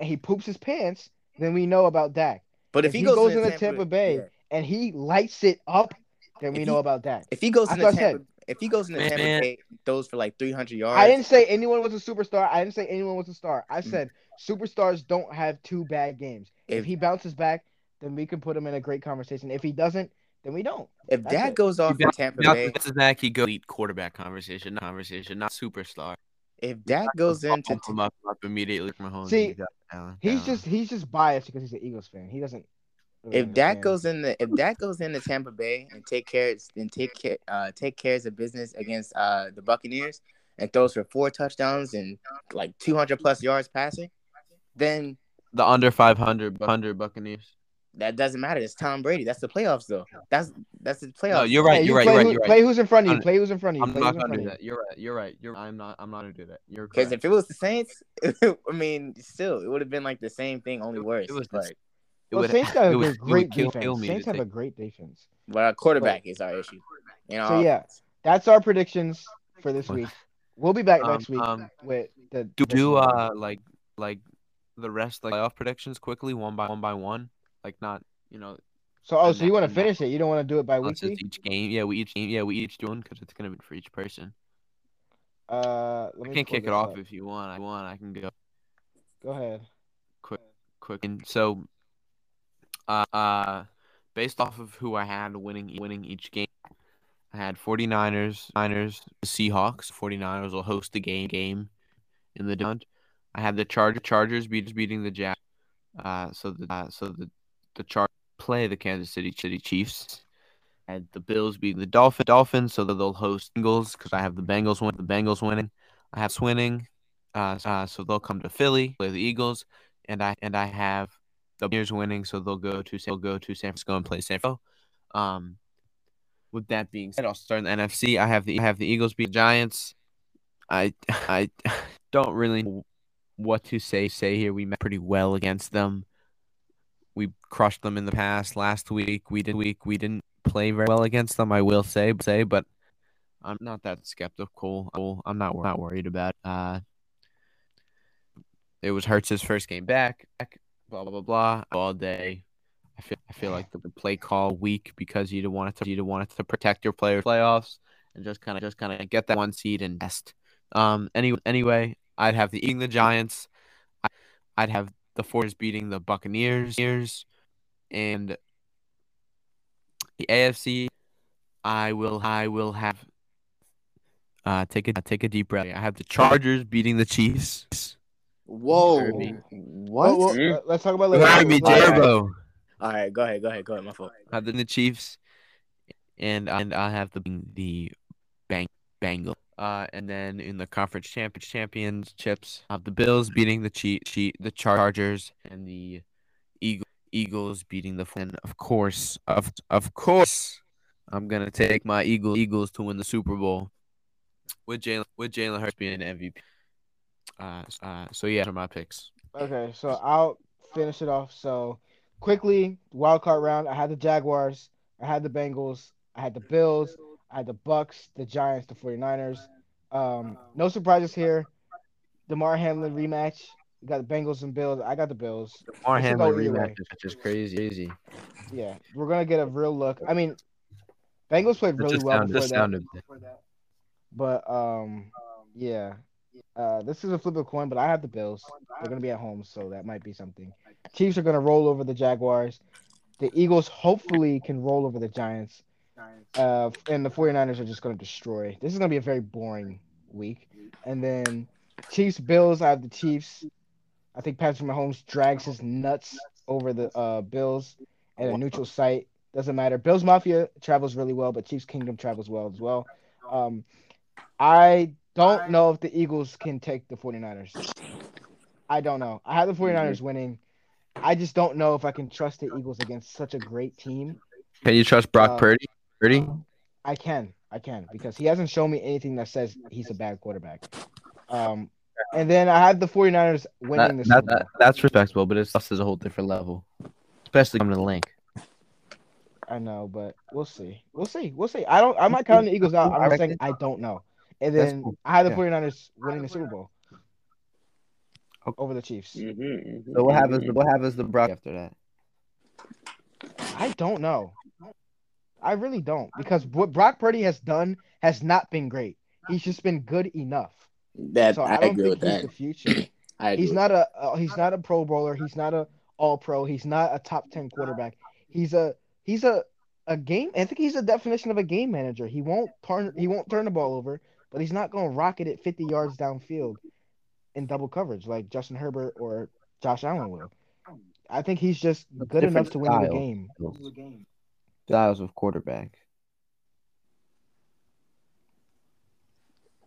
Speaker 3: and he poops his pants, then we know about Dak.
Speaker 5: But if, he goes,
Speaker 3: in
Speaker 5: into
Speaker 3: the Tampa Bay,
Speaker 5: yeah.
Speaker 3: And he lights it up, then we
Speaker 5: If
Speaker 3: know
Speaker 5: he-
Speaker 3: about Dak.
Speaker 5: if he goes
Speaker 3: That's
Speaker 5: into
Speaker 3: what I
Speaker 5: Tampa, if he goes into
Speaker 4: Man,
Speaker 5: Tampa
Speaker 4: man.
Speaker 5: Bay, and throws for like 300 yards.
Speaker 3: I didn't say anyone was a superstar. I didn't say anyone was a star. I
Speaker 5: Mm.
Speaker 3: said superstars don't have two bad games. If,
Speaker 5: If-
Speaker 3: he bounces back, then we can put him in a great conversation. If he doesn't, then we don't.
Speaker 5: if
Speaker 3: that's
Speaker 5: Dak
Speaker 3: it.
Speaker 5: goes off in
Speaker 4: That's-
Speaker 5: Tampa
Speaker 4: Now,
Speaker 5: Bay,
Speaker 4: this is back. He go elite quarterback conversation, not conversation, not superstar.
Speaker 5: if Dak goes into
Speaker 4: [laughs] Bump him up, up immediately from home.
Speaker 3: See, He's just he's just biased because he's an Eagles fan. He doesn't. really
Speaker 5: If Dak
Speaker 3: understand.
Speaker 5: goes in the if
Speaker 3: [laughs]
Speaker 5: Dak goes into Tampa Bay and take care and take care uh take cares of business against uh the Buccaneers and throws for four touchdowns and like two hundred plus yards passing, then
Speaker 4: the under 500 100 Buccaneers.
Speaker 5: that doesn't matter. It's Tom Brady. That's the playoffs though. That's that's the playoffs.
Speaker 4: No, you're
Speaker 3: Hey,
Speaker 4: right.
Speaker 3: you [laughs]
Speaker 4: You're right.
Speaker 3: play,
Speaker 4: You're right.
Speaker 3: who-
Speaker 4: You're
Speaker 3: play
Speaker 4: right.
Speaker 3: who's in front of you.
Speaker 4: I'm-
Speaker 3: Play who's in front of you.
Speaker 4: I'm
Speaker 3: play
Speaker 4: not
Speaker 3: who's in
Speaker 4: gonna
Speaker 3: front of
Speaker 4: do
Speaker 3: you.
Speaker 4: that. You're right. You're right. You're. I'm not. I'm not gonna do that. You're
Speaker 5: because if
Speaker 4: correct.
Speaker 5: it was the Saints, [laughs] I mean, still it would have been like the same thing, only worse.
Speaker 4: It was
Speaker 5: but,
Speaker 4: It
Speaker 3: well,
Speaker 4: would-
Speaker 3: Saints
Speaker 4: it
Speaker 3: got a
Speaker 4: would-
Speaker 3: good-
Speaker 4: it would
Speaker 3: great
Speaker 4: kill-
Speaker 3: defense.
Speaker 4: kill me to
Speaker 3: Saints have a
Speaker 4: take-
Speaker 3: great defense.
Speaker 5: but our quarterback is our issue. You know,
Speaker 3: So yeah, that's our predictions for this
Speaker 4: What?
Speaker 3: week. We'll be back
Speaker 4: Um,
Speaker 3: next week
Speaker 4: um,
Speaker 3: with the
Speaker 4: do do
Speaker 3: listen.
Speaker 4: uh like like the rest like playoff predictions quickly one by one by one like not you know
Speaker 3: So oh,
Speaker 4: the
Speaker 3: so you want to
Speaker 4: next-
Speaker 3: finish it? You don't want to do it by
Speaker 4: it's
Speaker 3: weekly?
Speaker 4: each game yeah we each game yeah we each do one because it's gonna be for each person.
Speaker 3: Uh, let
Speaker 4: I
Speaker 3: me
Speaker 4: can
Speaker 3: pull
Speaker 4: kick it
Speaker 3: this
Speaker 4: off
Speaker 3: up.
Speaker 4: if you want. I want I can go
Speaker 3: Go ahead.
Speaker 4: quick and so uh uh based off of who I had winning winning each game. I had 49ers, Niners, Seahawks. 49ers will host the game game in the round. I had the Charger Chargers beat, beating the Jack. Uh, so the uh, so the the Chargers play the Kansas City City Chiefs. And the Bills beating the Dolphin Dolphins, so that they'll host Bengals because I have the Bengals win the Bengals winning. I have swinning, uh, s- uh, so they'll come to Philly play the Eagles, and I and I have the Bears winning, so they'll go to San- they'll go to San Francisco and play San Francisco. Um, with that being said, I'll start in the NFC. I have the I have the Eagles beat the Giants. I [laughs] I don't really know what to say say here. We met pretty well against them. We crushed them in the past last week. We did week we didn't play very well against them. I will say say, but I'm not that skeptical. Well, I'm not not worried about. It. Uh, it was Hertz's first game back. back blah blah blah blah all day. I feel I feel like the the play call weak because you don't want it to you don't want it to protect your player playoffs and just kind of just kind of get that one seed and best. Um. Any anyway, I'd have the eating the Giants. I- I'd have the Forts beating the Buccaneers. Buccaneers, And the AFC, I will I will have. Uh, take a take a deep breath. I have the Chargers beating the Chiefs.
Speaker 5: whoa,
Speaker 4: Derby.
Speaker 5: what?
Speaker 3: Well, well,
Speaker 1: Hmm?
Speaker 3: uh, let's talk about later.
Speaker 4: Derby,
Speaker 3: Let's talk about-
Speaker 5: Derby.
Speaker 4: Turbo.
Speaker 5: All right, go ahead, go ahead, go ahead. My fault.
Speaker 4: have the Chiefs, and uh, and I have the the Bang Bangle. Uh, and then in the conference champ- championships, I have the Bills beating the Chief, Chief the Chargers, and the Eagle, Eagles beating the. And of course, of of course, I'm gonna take my Eagle Eagles to win the Super Bowl with Jalen with Jalen Hurts being MVP. Uh, uh, so yeah, those are my picks.
Speaker 3: Okay, so I'll finish it off. So quickly, wild card round. I had the Jaguars, I had the Bengals, I had the Bills, I had the Bucks, the Giants, the 49ers. Um, no surprises here. DeMar Hamlin rematch. You got the Bengals and Bills. I got the Bills.
Speaker 4: Or
Speaker 3: This could
Speaker 4: Hamlin
Speaker 3: go either way.
Speaker 4: rematch, which is crazy. crazy.
Speaker 3: Yeah, we're gonna get a real look. I mean, Bengals played
Speaker 4: That
Speaker 3: really
Speaker 4: just
Speaker 3: well
Speaker 4: sounded-
Speaker 3: before
Speaker 4: just
Speaker 3: that,
Speaker 4: sounded-
Speaker 3: but um, yeah. Uh, this is a flip of a coin, but I have the Bills. They're gonna be at home, so that Oh, might be something. Chiefs are gonna roll over the Jaguars. The Eagles hopefully can roll over the Giants. Uh, and the 49ers are just gonna destroy. This is gonna be a very boring week. And then Chiefs Bills. I have the Chiefs. I think Patrick Mahomes drags his nuts over the uh, Bills. at a neutral site. Doesn't matter. Bills Mafia travels really well, but Chiefs Kingdom travels well as well. Um, I don't know if the Eagles can take the 49ers. I don't know. I have the 49ers winning. I just don't know if I can trust the Eagles against such a great team.
Speaker 4: Can you trust Brock
Speaker 3: Uh,
Speaker 4: Purdy? Purdy?
Speaker 3: I can. I can because he hasn't shown me anything that says he's a bad quarterback. Um, and then I have the 49ers
Speaker 4: That,
Speaker 3: winning this.
Speaker 4: that, that- that's respectable, but it's us is a whole different level, especially coming to the link.
Speaker 3: I know, but we'll see. We'll see. We'll see. I don't. I'm not counting the Eagles out. I'm just saying I don't know. And
Speaker 4: That's
Speaker 3: then
Speaker 4: cool.
Speaker 3: I had the
Speaker 4: Yeah.
Speaker 3: 49ers winning the Super Bowl
Speaker 4: Okay.
Speaker 3: over the Chiefs.
Speaker 1: Mm-hmm,
Speaker 4: So what happens? What happens to Brock after that?
Speaker 3: I don't know. I really don't because what Brock Purdy has done has not been great. He's just been good enough.
Speaker 5: That
Speaker 3: so
Speaker 5: I,
Speaker 3: I, don't
Speaker 5: agree
Speaker 3: think
Speaker 5: with
Speaker 3: he's
Speaker 5: that.
Speaker 3: the future.
Speaker 5: I agree.
Speaker 3: He's not a uh, he's not a Pro Bowler. He's not a All Pro. He's not a top ten quarterback. He's a he's a a game. I think he's a definition of a game manager. He won't turn he won't turn the ball over, but he's not going to rocket it fifty yards downfield in double coverage like Justin Herbert or Josh Allen will. I think he's just
Speaker 4: A
Speaker 3: good enough
Speaker 4: different
Speaker 3: to win you
Speaker 4: style.
Speaker 3: the game.
Speaker 4: Styles of quarterback.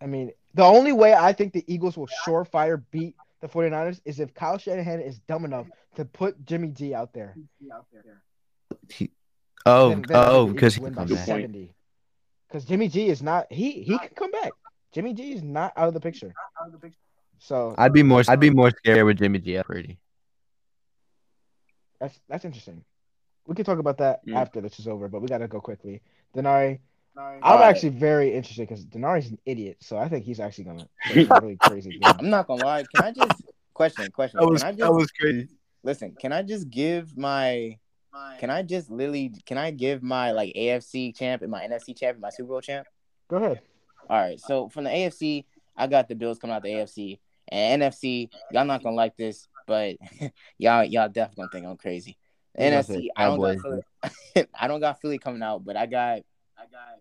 Speaker 3: I mean, the only way I think the Eagles will surefire beat the 49ers is if Kyle Shanahan is dumb enough to put Jimmy G out there.
Speaker 4: He- oh,
Speaker 3: Then- then I think
Speaker 4: oh,
Speaker 3: the
Speaker 4: because
Speaker 3: Eagles
Speaker 4: he
Speaker 3: win
Speaker 4: can
Speaker 3: by
Speaker 4: come
Speaker 1: Good
Speaker 4: back.
Speaker 1: point.
Speaker 3: seventy. Because Jimmy G is not he he can come back. Jimmy G is not out of the picture. So
Speaker 4: I'd be more. I'd be more scared with Jimmy G. uh, Purdy.
Speaker 3: that's that's interesting. We can talk about that
Speaker 1: Mm.
Speaker 3: after this is over, but we gotta go quickly. Denari,
Speaker 5: All
Speaker 3: I'm
Speaker 5: right.
Speaker 3: actually very interested because Denari's an idiot, so I think he's actually gonna play some really crazy. game.
Speaker 5: I'm not gonna lie. Can I just question?
Speaker 4: [laughs]
Speaker 5: Question. can I just
Speaker 4: crazy.
Speaker 5: listen? Can I just give my? Can I just literally? Can I give my like AFC champ and my NFC champ and my Super Bowl champ?
Speaker 3: Go ahead.
Speaker 5: All right. So from the AFC, I got the Bills coming out the AFC and NFC. Y'all not gonna like this, but [laughs] y'all y'all definitely gonna think I'm crazy.
Speaker 4: You're gonna
Speaker 5: NFC,
Speaker 4: say
Speaker 5: I don't got
Speaker 4: Cowboys.
Speaker 5: Philly. [laughs] I don't got Philly coming out, but I got I got.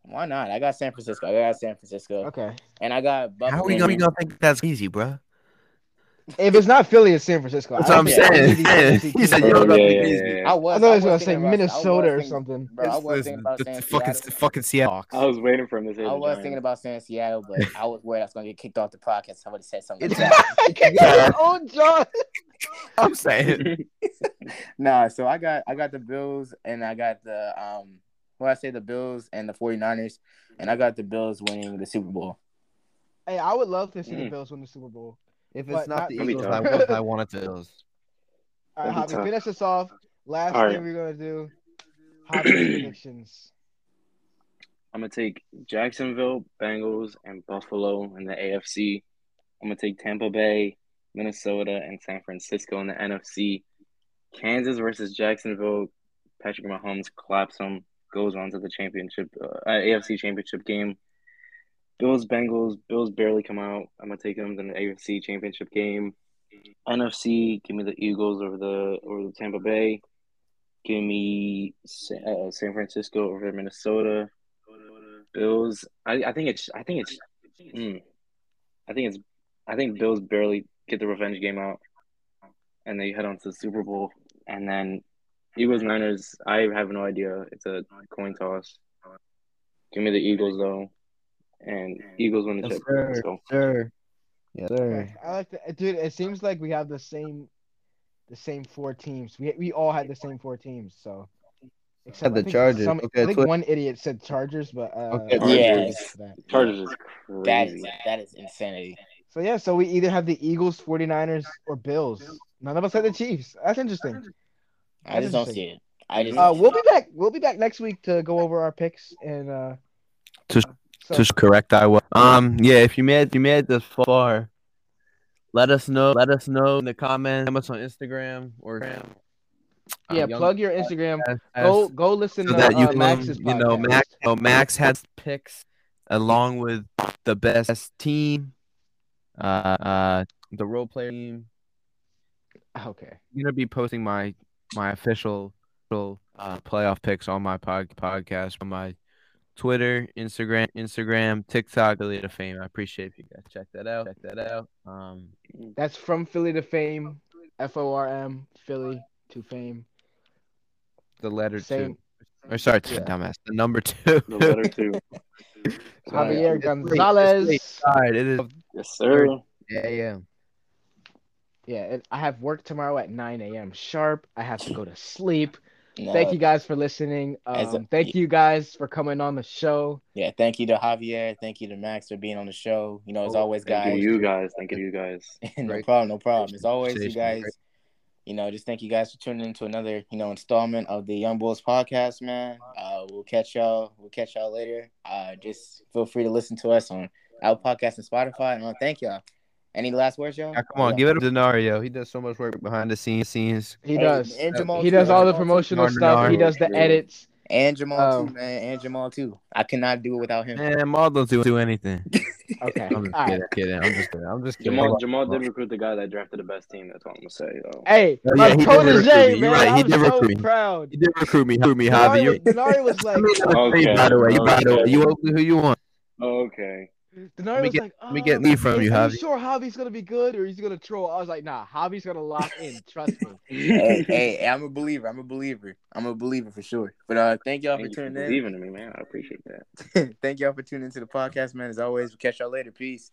Speaker 5: Why not? I got San Francisco. I got San Francisco,
Speaker 3: Okay.
Speaker 5: and I got.
Speaker 4: How
Speaker 5: Buffalo.
Speaker 4: are we gonna, we gonna think that's easy, bro?
Speaker 3: If it's not Philly, it's San Francisco.
Speaker 4: That's
Speaker 3: I
Speaker 4: what I'm
Speaker 3: think it's
Speaker 4: saying.
Speaker 3: easy
Speaker 4: [laughs]
Speaker 3: to see
Speaker 4: He said
Speaker 3: teams.
Speaker 4: you don't
Speaker 1: Yeah,
Speaker 4: know
Speaker 1: yeah,
Speaker 4: think
Speaker 1: yeah,
Speaker 4: it's
Speaker 1: yeah,
Speaker 4: easy.
Speaker 1: yeah.
Speaker 5: I
Speaker 3: I
Speaker 5: was.
Speaker 3: thought I was gonna say
Speaker 5: thinking about- I was
Speaker 3: Minnesota or
Speaker 5: thinking-
Speaker 3: something.
Speaker 5: Bro, I was thinking about
Speaker 4: the,
Speaker 5: saying
Speaker 4: fucking
Speaker 5: Seattle.
Speaker 4: the fucking Seahawks.
Speaker 1: I was waiting for him to say.
Speaker 5: I
Speaker 1: the
Speaker 5: was thinking
Speaker 1: Giants.
Speaker 5: about saying Seattle, but
Speaker 4: [laughs]
Speaker 5: I was worried I was gonna get kicked off the podcast. I would have said something. Like
Speaker 4: It's-
Speaker 5: that.
Speaker 4: Yeah.
Speaker 3: Oh, John.
Speaker 4: I'm saying
Speaker 5: nah, so I got I got the Bills and I got the um what I say the Bills and the 49ers and I got the Bills winning the Super Bowl.
Speaker 3: Hey, I would love to see the
Speaker 1: Mm.
Speaker 3: Bills win the Super Bowl.
Speaker 4: if
Speaker 3: But
Speaker 4: it's not
Speaker 3: not-
Speaker 4: the
Speaker 1: Let me
Speaker 4: Eagles,
Speaker 1: talk.
Speaker 4: I want [laughs] I want it to Bills.
Speaker 3: All right,
Speaker 1: That'd be
Speaker 3: Javi,
Speaker 1: tough.
Speaker 3: finish us off. Last
Speaker 1: All
Speaker 3: thing
Speaker 1: right.
Speaker 3: we're gonna do,
Speaker 1: [clears throat]
Speaker 3: Javi's predictions.
Speaker 1: I'm gonna take Jacksonville, Bengals, and Buffalo in the AFC. I'm gonna take Tampa Bay, Minnesota, and San Francisco in the NFC. Kansas versus Jacksonville. Patrick Mahomes claps him, goes on to the championship, uh, AFC championship game. Bills, Bengals, Bills barely come out. I'm gonna take them in the AFC championship game. NFC, give me the Eagles over the over the Tampa Bay. Give me Sa- uh, San Francisco over Minnesota. Bills. I, I think it's. I think it's. mm. I think it's. I think Bills barely get the revenge game out, and they head on to the Super Bowl, and then Eagles Niners. I have no idea. It's a coin toss. Give me the Eagles though, and Eagles win the
Speaker 4: Yes,
Speaker 1: chip.
Speaker 4: sir.
Speaker 1: Let's go.
Speaker 4: Sure. Yes,
Speaker 3: Okay. I like to, dude. It seems like we have the same, the same four teams. We we all had the same four teams. So, except
Speaker 4: the
Speaker 3: I think
Speaker 4: Chargers.
Speaker 3: Some,
Speaker 4: Okay,
Speaker 3: I think
Speaker 4: so-
Speaker 3: one idiot said Chargers, but uh,
Speaker 4: Okay,
Speaker 3: I'll
Speaker 5: Chargers.
Speaker 3: get to that.
Speaker 1: Chargers is
Speaker 5: That is
Speaker 1: crazy.
Speaker 5: that is insanity.
Speaker 3: So yeah, so we either have the Eagles, 49ers, or Bills. None of us had the Chiefs. That's interesting.
Speaker 5: I just don't see it. I just
Speaker 3: Uh,
Speaker 5: don't see
Speaker 3: we'll
Speaker 5: it.
Speaker 3: be back. We'll be back next week to go over our picks and uh.
Speaker 4: To-
Speaker 3: so-
Speaker 4: Just correct I was. Um, yeah, if you made if you made it this far, let us know. Let us know in the comments. Comment us on Instagram or uh,
Speaker 3: yeah,
Speaker 4: Young
Speaker 3: plug your Instagram.
Speaker 4: Podcast,
Speaker 3: Go go listen
Speaker 4: so
Speaker 3: to
Speaker 4: that you
Speaker 3: uh,
Speaker 4: can,
Speaker 3: Max's
Speaker 4: you know
Speaker 3: podcast.
Speaker 4: Max. You know, Max has picks along with the best team, uh, uh, the role player team.
Speaker 3: Ah, Okay.
Speaker 4: I'm gonna be posting my my official official, uh, playoff picks on my pod, podcast on my Twitter, Instagram, Instagram, TikTok, Affiliate of Fame. I appreciate if you guys check that out. Check that out. Um,
Speaker 3: That's from Philly to Fame. F O R M Philly to fame.
Speaker 4: The letter
Speaker 3: Same.
Speaker 4: two. Or sorry,
Speaker 3: Yeah.
Speaker 4: dumbass. The number two.
Speaker 1: The
Speaker 4: [laughs]
Speaker 1: letter two.
Speaker 5: Sorry.
Speaker 3: Javier
Speaker 4: It's late, it's
Speaker 3: Gonzalez.
Speaker 4: late. Sorry, it is
Speaker 1: Yes, sir.
Speaker 4: yeah, yeah.
Speaker 3: Yeah, and I have work tomorrow at 9 a.m. sharp. I have to go to sleep.
Speaker 5: No,
Speaker 3: Thank you guys for listening.
Speaker 5: As a-
Speaker 3: Um, thank you guys for coming on the show.
Speaker 5: Yeah, thank you to Javier. Thank you to Max for being on the show. You know, as
Speaker 4: Oh,
Speaker 5: always,
Speaker 1: Thank
Speaker 5: guys.
Speaker 1: you, you guys. Thank you, you guys.
Speaker 5: [laughs] no
Speaker 4: Great
Speaker 5: problem, no problem. As always, you
Speaker 4: conversation,
Speaker 5: guys,
Speaker 4: great.
Speaker 5: you know, just thank you guys for tuning in to another, you know, installment of the Young Bulls podcast, man. Uh, we'll catch y'all. We'll catch y'all later. Uh, just feel free to listen to us on Apple Podcasts and Spotify. And uh, thank y'all. Any last words, y'all?
Speaker 4: Yeah, come on,
Speaker 5: Yeah.
Speaker 4: give it up to Denario. He does so much work behind the scenes. scenes.
Speaker 3: He
Speaker 5: Hey,
Speaker 3: does.
Speaker 5: and Jamal
Speaker 3: He
Speaker 5: too,
Speaker 3: does
Speaker 5: and
Speaker 3: all
Speaker 5: Jamal
Speaker 3: the
Speaker 5: too.
Speaker 3: promotional
Speaker 4: Nar-
Speaker 3: stuff. He
Speaker 1: nar-
Speaker 3: does the
Speaker 1: nar-
Speaker 3: edits.
Speaker 5: And Jamal
Speaker 3: Oh.
Speaker 5: too, man. And Jamal too. I cannot do it without him.
Speaker 4: Man, Maul don't do, do anything.
Speaker 3: Okay. [laughs]
Speaker 4: I'm
Speaker 3: all
Speaker 4: just
Speaker 3: right.
Speaker 4: kidding, kidding. I'm just kidding. I'm just kidding.
Speaker 1: Jamal Jamal did recruit the guy that drafted the best team. That's all I'm gonna say. Though.
Speaker 3: Hey,
Speaker 4: Oh,
Speaker 3: my
Speaker 4: yeah, he did recruit
Speaker 3: protege,
Speaker 4: me.
Speaker 3: man.
Speaker 4: You're right, he
Speaker 3: I'm
Speaker 4: did
Speaker 3: so
Speaker 4: recruit me.
Speaker 3: proud.
Speaker 4: You did recruit me, recruit me, Javi.
Speaker 3: Nari,
Speaker 4: You,
Speaker 3: Nari
Speaker 4: [laughs]
Speaker 3: was like,
Speaker 4: I mean, I'm
Speaker 1: Okay,
Speaker 4: free, by the way, you by the way,
Speaker 1: okay.
Speaker 4: you open who you want.
Speaker 1: Okay.
Speaker 3: Denari was
Speaker 4: get-
Speaker 3: like,
Speaker 4: me get
Speaker 3: "Um,
Speaker 4: Lee from
Speaker 3: are-
Speaker 4: you,
Speaker 3: are
Speaker 4: Javi."
Speaker 3: you sure Javi's gonna be good or he's gonna troll?" I was like, "Nah, Javi's gonna lock in. Trust me."
Speaker 4: [laughs]
Speaker 5: hey, hey, hey, I'm a believer. I'm a believer. I'm a believer for sure. But uh, thank y'all for
Speaker 1: Thank you for
Speaker 5: tuning in.
Speaker 1: believing in me, man. I appreciate that.
Speaker 5: [laughs] thank y'all for tuning into the podcast, man. As always, we'll catch y'all later. Peace.